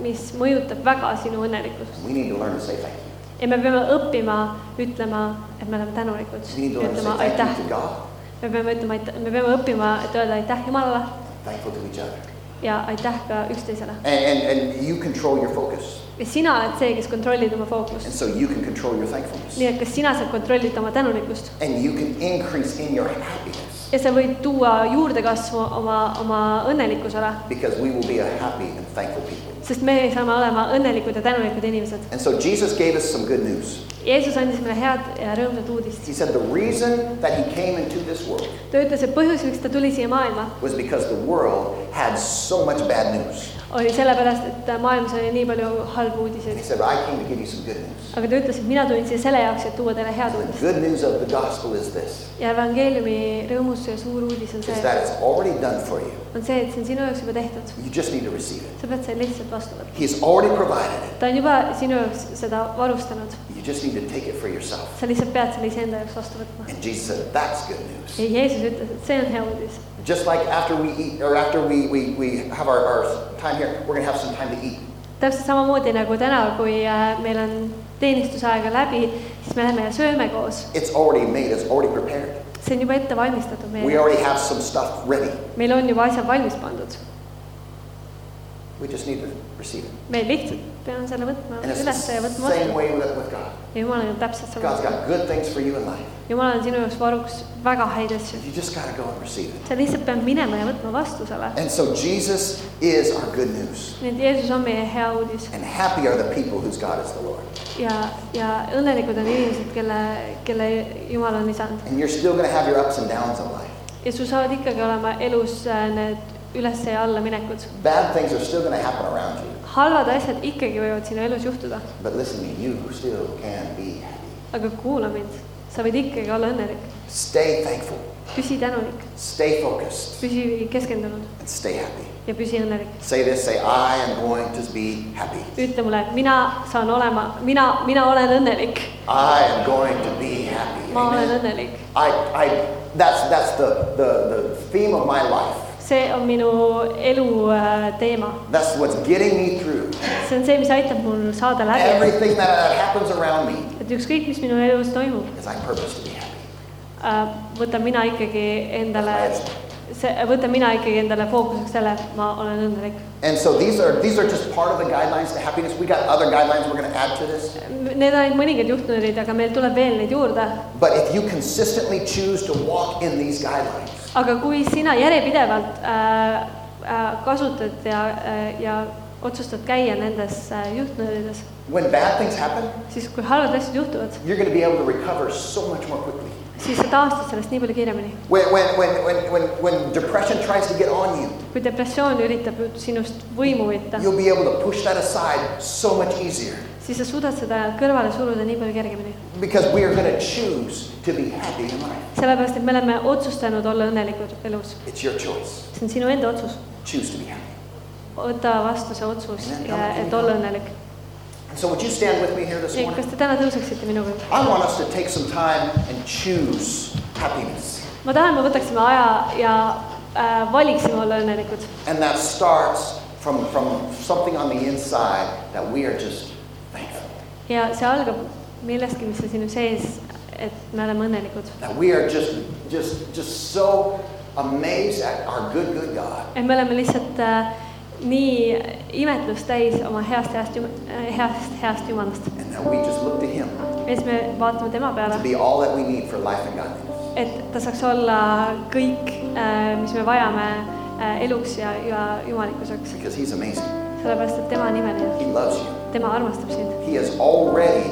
B: mis mõjutab väga sinu õnnelikkust
A: We need to learn to say thank you.
B: ja me peame õppima ütlema , et me oleme tänulikud ,
A: We need to learn to
B: ütlema
A: say thank
B: aitäh
A: you to God,
B: me peame ütlema aitäh , me peame õppima , et öelda aitäh Jumalale
A: thankful to each other.
B: ja aitäh ka üksteisele .
A: And, and, and you control your focus.
B: ja sina oled see , kes kontrollid oma
A: And
B: fookust .
A: so you can control your thankfulness.
B: nii et kas sina saad kontrollida oma tänulikkust
A: And you can increase in your happiness
B: ja sa võid tuua juurdekasvu oma , oma õnnelikkusele ,
A: because we will be a happy and thankful people.
B: sest me saame olema õnnelikud ja tänulikud inimesed .
A: And so Jesus gave us some good news.
B: Jeesus andis meile head ja rõõmsat uudist .
A: He said the reason that he came into this world
B: ta ütles , et põhjus , miks ta tuli siia maailma ,
A: was because the world had so much bad news.
B: oli sellepärast , et maailmas oli nii palju halbu
A: And he
B: uudiseid .
A: said, I came to give you some good news.
B: aga ta ütles , et mina tulin siia selle jaoks , et tuua teile head
A: And the
B: uudist .
A: good news of the gospel is this
B: ja evangeeliumi rõõmus ja suur uudis on
A: is
B: see ,
A: that it's already done for you.
B: on see , et see on sinu jaoks juba tehtud .
A: You just need to receive it.
B: sa pead selle lihtsalt vastu võtma .
A: He's already provided
B: ta on juba sinu jaoks seda varustanud ,
A: it. You just need to take it for yourself.
B: sa lihtsalt pead selle iseenda jaoks vastu võtma .
A: And Jesus said, That's good news.
B: ja Jeesus ütles , et see on hea uudis .
A: Just like after we eat, or after we, we, we have our, our time here, we're going to have some time to eat.
B: täpselt samamoodi nagu täna , kui äh, meil on teenistusaega läbi , siis me lähme ja sööme koos .
A: It's already made, it's already prepared.
B: see on juba ette valmistatud
A: We
B: meil ,
A: already have some stuff ready.
B: meil on juba asjad valmis pandud .
A: We just need to receive it.
B: me lihtsalt peame selle võtma
A: And it's the
B: üles ja võtma
A: same
B: vastu .
A: way with, with God.
B: ja Jumal on täpselt
A: God's
B: sama .
A: got good things for you in life.
B: Jumal on sinu jaoks varuks väga häid asju .
A: You just got to go and receive it.
B: sa lihtsalt pead minema ja võtma vastu selle .
A: And so Jesus is our good news.
B: nii et Jeesus on meie hea uudis
A: And happy are the people whose God is the Lord.
B: ja , ja õnnelikud on inimesed , kelle , kelle Jumal on lisanud .
A: And you're still going to have your ups and downs in life.
B: ja sul saavad ikkagi olema elus äh, need üles ja alla minekud .
A: Bad things are still going to happen around you.
B: halvad asjad ikkagi võivad sinu elus juhtuda ,
A: But listen to me, you still can be happy.
B: aga kuula mind , sa võid ikkagi olla õnnelik .
A: Stay thankful,
B: püsi tänulik ,
A: stay focused,
B: püsi keskendunud
A: and stay happy.
B: ja püsi õnnelik .
A: Say this, say, I am going to be happy.
B: ütle mulle , mina saan olema , mina , mina olen õnnelik ,
A: I am going to be happy.
B: ma olen
A: Amen.
B: õnnelik .
A: I, I, that's, that's the, the, the theme of my life.
B: see on minu elu äh, teema ,
A: That's what's getting me through.
B: see on see , mis aitab mul saada läbi ,
A: Everything that, that happens around me
B: et ükskõik , mis minu elus toimub ,
A: is I purpose to be happy.
B: võtan mina ikkagi endale , see , võtan mina ikkagi endale fookuseks selle , ma olen õnnelik
A: And so these are, these are just part of the guidelines to happiness. We got other guidelines we're going to add to this.
B: Need on ainult mõningad juhtunud , aga meil tuleb veel neid juurde .
A: But if you consistently choose to walk in these guidelines,
B: aga kui sina järjepidevalt äh, äh, kasutad ja äh, , ja otsustad käia nendes äh, juhtnöörides ,
A: when bad things happen,
B: siis kui halvad asjad juhtuvad ,
A: you're going to be able to recover so much more quickly.
B: siis sa taastud sellest nii palju kiiremini .
A: When, when, when, when, when, when depression tries to get on you,
B: kui depressioon üritab sinust võimu võtta ,
A: you'll be able to push that aside so much easier
B: siis sa suudad seda kõrvale suruda nii palju kergemini .
A: because we are going to choose to be happy in life.
B: sellepärast , et me oleme otsustanud olla õnnelikud elus .
A: It's your choice.
B: see on sinu enda otsus .
A: Choose to be happy.
B: võta vastu see otsus , et olla õnnelik .
A: And so, would you stand with me here this morning?
B: kas te täna tõuseksite minuga ?
A: I want us to take some time and choose happiness.
B: ma tahan , me võtaksime aja ja äh, valiksime olla õnnelikud
A: And that starts from, from something on the inside that we are just thankful,
B: ja see algab millestki , mis on sinu sees , et me oleme õnnelikud .
A: that we are just, just, just so amazed at our good, good God.
B: et me oleme lihtsalt äh, nii imetlust täis oma heast , heast , heast , heast jumalast .
A: And that we just look to Him
B: ja siis me vaatame tema
A: to
B: peale ,
A: be all that we need for life and godliness.
B: et ta saaks olla kõik äh, , mis me vajame äh, eluks ja , ja jumalikkuseks .
A: Because He's amazing.
B: sellepärast , et tema on imeline ,
A: He loves you.
B: tema armastab sind .
A: He has already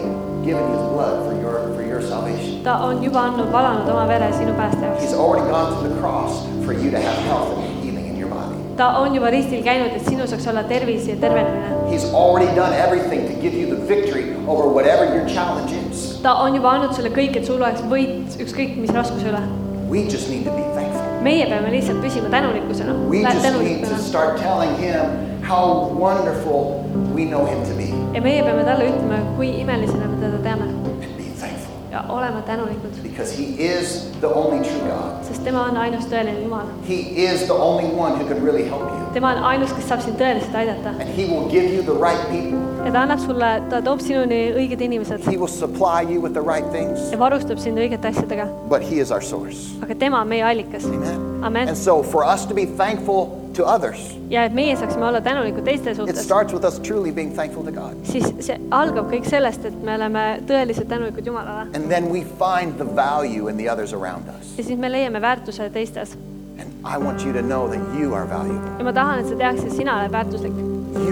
A: given His blood for your, for your salvation.
B: ta on juba andnud , valanud oma vere sinu pääste jaoks
A: He's . already gone to the cross for you to have health and healing in your body.
B: ta on juba ristil käinud , et sinu saaks olla tervis ja tervenemine .
A: He's already done everything to give you the victory over whatever your challenge is.
B: ta on juba andnud sulle kõik , et sul oleks võit ükskõik mis raskuse üle .
A: We just need to be thankful.
B: meie peame lihtsalt püsima tänulikkusena ,
A: We just need to
B: tänulikuna
A: start telling Him how wonderful we know Him to be.
B: ja meie peame talle ütlema , kui imelisena me teda teame
A: And be thankful
B: ja olema tänulikud ,
A: because He is the only true God.
B: sest tema on ainus tõeline Jumal .
A: He is the only one who can really help you.
B: tema on ainus , kes saab sind tõeliselt aidata
A: And He will give you the right people,
B: ja ta annab sulle , ta toob sinuni õiged inimesed
A: He will supply you with the right things.
B: ja varustab sind õigete asjadega ,
A: But He is our source.
B: aga tema on meie allikas .
A: Amen.
B: Amen.
A: And so, for us to be thankful to others.
B: ja et meie saaksime olla tänulikud teiste
A: It
B: suhtes ,
A: starts with us truly being thankful to God.
B: siis see algab kõik sellest , et me oleme tõeliselt tänulikud Jumalale
A: And then we find the value in the others around us.
B: ja siis me leiame väärtuse teistes .
A: And I want you to know that you are valuable.
B: ja ma tahan , et sa teaksid , sina oled väärtuslik ,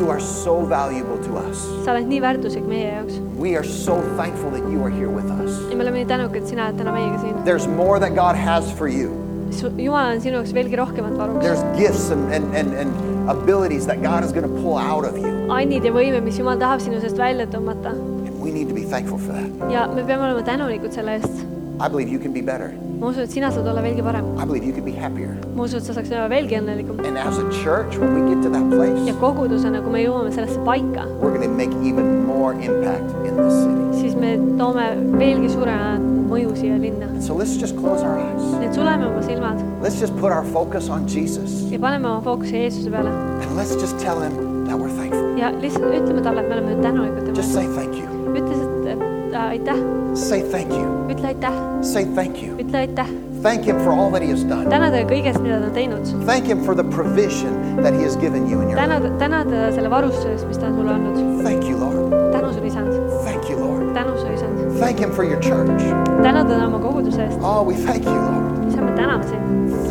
A: You are so valuable to us.
B: sa oled nii väärtuslik meie jaoks
A: We are so thankful that you are here with us.
B: ja me oleme nii tänulikud , et sina oled täna meiega siin .
A: There's more that God has for you.
B: Jumal on sinu jaoks veelgi rohkemat varuks ,
A: There's gifts and, and, and, and abilities that God is going to pull out of you.
B: annid ja võime , mis Jumal tahab sinu seest välja tõmmata
A: And we need to be thankful for that.
B: ja me peame olema tänulikud selle eest .
A: I believe you can be better.
B: ma usun , et sina saad olla veelgi parem ,
A: I believe you can be happier.
B: ma usun , et sa saaksid olla veelgi õnnelikum
A: And as a church, when we get to that
B: ja
A: place,
B: kogudusena , kui me jõuame sellesse paika ,
A: we're going to make even more impact in this city.
B: siis me toome veelgi suuremat mõju siia linna .
A: So let's just close our eyes.
B: nii et suleme oma silmad
A: Let's just put our focus on Jesus
B: ja paneme oma fookuse Jeesuse peale
A: and let's just tell him that we're thankful.
B: ja lihtsalt ütleme talle , et me oleme tänulikud tema
A: Just
B: eest .
A: say thank you.
B: ütle lihtsalt et, äh, aitäh ,
A: Say thank you.
B: ütle aitäh ,
A: Say thank you.
B: ütle aitäh .
A: Thank him for all that he has done.
B: täna ta kõigest , mida ta on teinud .
A: Thank him for the provision that he has given you in your life.
B: täna , täna ta selle varustuse eest , mis ta on sulle andnud .
A: Thank you, Lord.
B: tänu sulle , isand .
A: Thank you, Lord.
B: tänu sulle , isand .
A: Thank him for your church.
B: täna ta oma koguduse eest .
A: Oh, we thank you, Lord.
B: isa , me täname sind .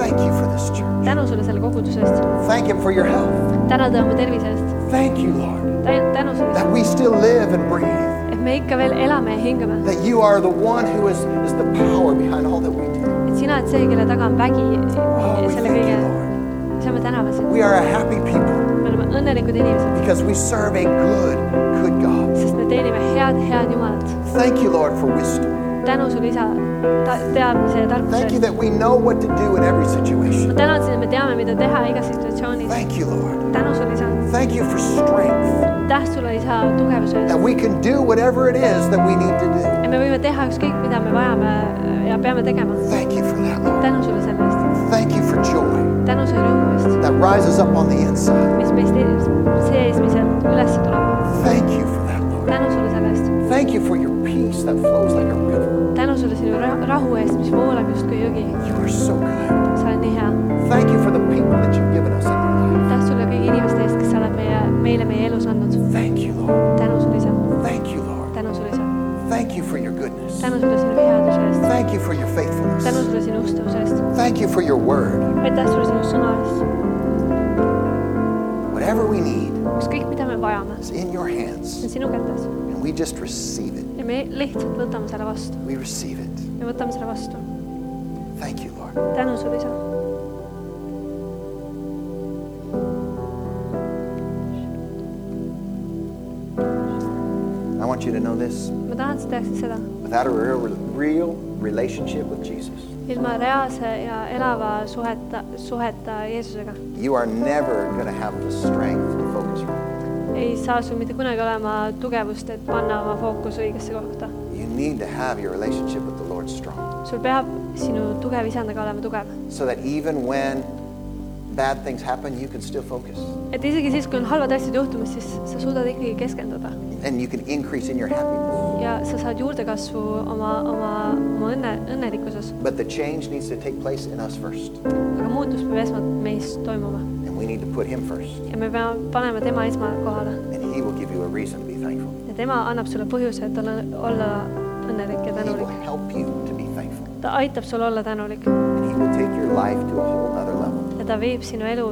A: Thank you for this church.
B: tänu sulle selle koguduse eest .
A: Thank him for your health.
B: täna ta oma tervise eest .
A: Thank you, Lord,
B: tänu sulle ,
A: that we still live and breathe.
B: et me ikka veel elame ja hingame .
A: That you are the one who is, is the power behind all that we do.
B: et sina oled see , kelle taga on vägi
A: Oh,
B: ja
A: we
B: selle
A: thank
B: kõige
A: you, Lord.
B: isa , me täname sind ,
A: We are a happy people
B: me oleme õnnelikud inimesed ,
A: because we serve a good, good God.
B: sest me teenime head , head Jumalat .
A: Thank you, Lord, for wisdom.
B: tänu sulle , isa , teadmise ja tarkuse
A: Thank you
B: eest .
A: that we know what to do in every
B: ma
A: situation.
B: tänan sind , et me teame , mida teha igas situatsioonis .
A: Thank you, Lord.
B: tänu sulle , isa ,
A: Thank you for strength,
B: aitäh sulle , isa , tugevuse
A: that
B: eest .
A: we can do whatever it is that we need to
B: ja me võime teha ükskõik , mida me vajame äh, ja peame tegema
A: do. . Thank you for that, Lord.
B: tänu sulle selle eest ,
A: Thank you for joy
B: tänu sulle rõõmu eest ,
A: that rises up on the inside.
B: mis meist ees- sees , mis sealt üles tuleb .
A: Thank you for that, Lord.
B: tänu sulle selle eest ,
A: Thank you for your peace that flows like a river.
B: tänu sulle sinu ra- rahu eest , mis voolab justkui jõgi .
A: You are so good.
B: sa oled nii hea
A: Thank you for the people that you've given us in our life.
B: aitäh sulle kõigi inimeste eest , kes sa oled meie , meile meie elus andnud .
A: Thank you, Lord.
B: tänu sulle , isa ,
A: Thank you, Lord.
B: tänu sulle , isa ,
A: Thank you for your goodness.
B: tänu sulle sinu headuse eest ,
A: Thank you for your
B: tänu
A: faithfulness.
B: sulle sinu ustavuse eest ,
A: Thank you for your word.
B: aitäh sulle sinu sõna eest .
A: Whatever we need
B: ükskõik , mida me vajame ,
A: is in your hands,
B: see on sinu kätes
A: and we just receive it.
B: ja me lihtsalt võtame selle vastu ,
A: We receive it.
B: me võtame selle vastu .
A: Thank you, Lord.
B: tänu sulle , isa .
A: I want you to know this.
B: ma tahan , et sa teaksid seda ,
A: Without a real, real relationship with Jesus,
B: ilma reaalse ja elava suheta , suheta Jeesusega
A: you are never going to have the strength to focus on.
B: ei saa sul mitte kunagi olema tugevust , et panna oma fookus õigesse kohta .
A: You need to have your relationship with the Lord strong
B: sul peab sinu tugev isandaga olema tugev
A: so that even when bad things happen, you can still focus
B: et isegi siis , kui on halvad asjad juhtumas , siis sa suudad ikkagi keskenduda
A: and you can increase in your happiness.
B: ja sa saad juurdekasvu oma , oma , oma õnne , õnnelikkuses .
A: But the change needs to take place in us first,
B: aga muutus peab esmalt meis toimuma
A: and we need to put Him first,
B: ja me peame panema tema esmakohale
A: and He will give you a reason to be thankful.
B: ja tema annab sulle põhjuse , et olla , olla õnnelik ja
A: He will
B: tänulik .
A: help you to be thankful,
B: ta aitab sul olla tänulik
A: and He will take your life to a whole other level
B: ja ta viib sinu elu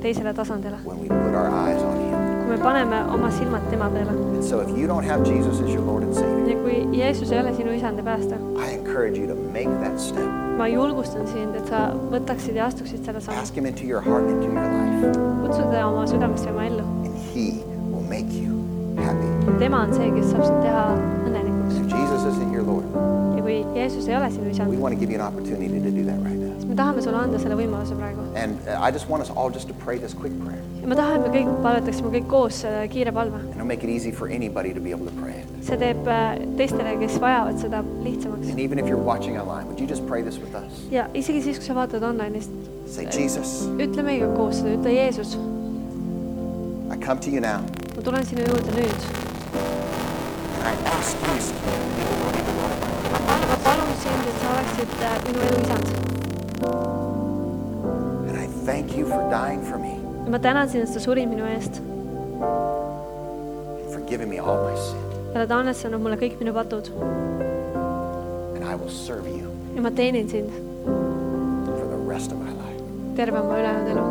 B: teisele tasandile ,
A: when we put our eyes on Him.
B: kui me paneme oma silmad tema peale .
A: And so, if you don't have Jesus as your Lord and Savior,
B: ja kui Jeesus ei ole sinu isand ja päästa ,
A: I encourage you to make that step.
B: ma julgustan sind , et sa võtaksid ja astuksid selle sammu
A: Ask , Him into your heart, into your life,
B: kutsu teda oma südamesse ja oma ellu
A: and He will make you happy.
B: tema on see , kes saab sind teha õnnelikuks
A: If Jesus isn't your Lord,
B: ja kui Jeesus ei ole sinu isa ,
A: we want to give you an opportunity to do that right now.
B: siis me tahame sulle anda selle võimaluse praegu .
A: And uh, I just want us all just to pray this quick prayer.
B: ja ma tahan , et me kõik palvetaksime kõik koos selle kiire palve .
A: And it'll make it easy for anybody to be able to pray it.
B: see teeb äh, teistele , kes vajavad seda , lihtsamaks .
A: And even if you're watching online, would you just pray this with us?
B: ja isegi siis , kui sa vaatad online'ist ,
A: Say, Jesus,
B: ütle meiega koos seda , ütle Jeesus ,
A: I come to you now.
B: ma tulen sinu juurde nüüd .
A: And I ask you
B: ma palun sind , et sa oleksid äh, minu elu isand
A: and I Thank you for dying for me,
B: ma tänan sind , et sa surid minu eest .
A: and for giving me all my sin,
B: sa oled annetanud mulle kõik minu patud
A: and I will serve you
B: ja ma teenin sind
A: for the rest of my life.
B: terve oma ülejäänud elu .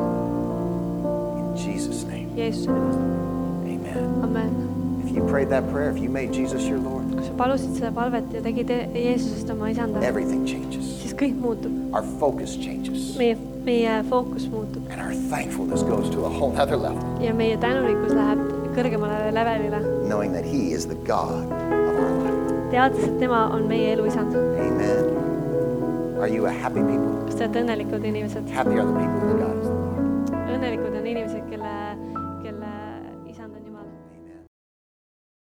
A: In Jesus' name,
B: Jeesuse nimel ,
A: amen.
B: amen .
A: If you prayed that prayer, if you made Jesus your Lord,
B: kui sa palusid seda palvet ja tegid E- Jeesusest oma isanda ,
A: everything changes.
B: siis kõik muutub ,
A: Our focus changes,
B: meie , meie fookus muutub
A: and our thankfulness goes to a whole nother level,
B: ja meie tänulikkus läheb kõrgemale levelile ,
A: knowing that He is the God of our life.
B: teades , et tema on meie elu isand .
A: Amen. Are you a happy people?
B: kas te olete õnnelikud inimesed ?
A: Happy are the people who God is the Lord.
B: õnnelikud on inimesed , kelle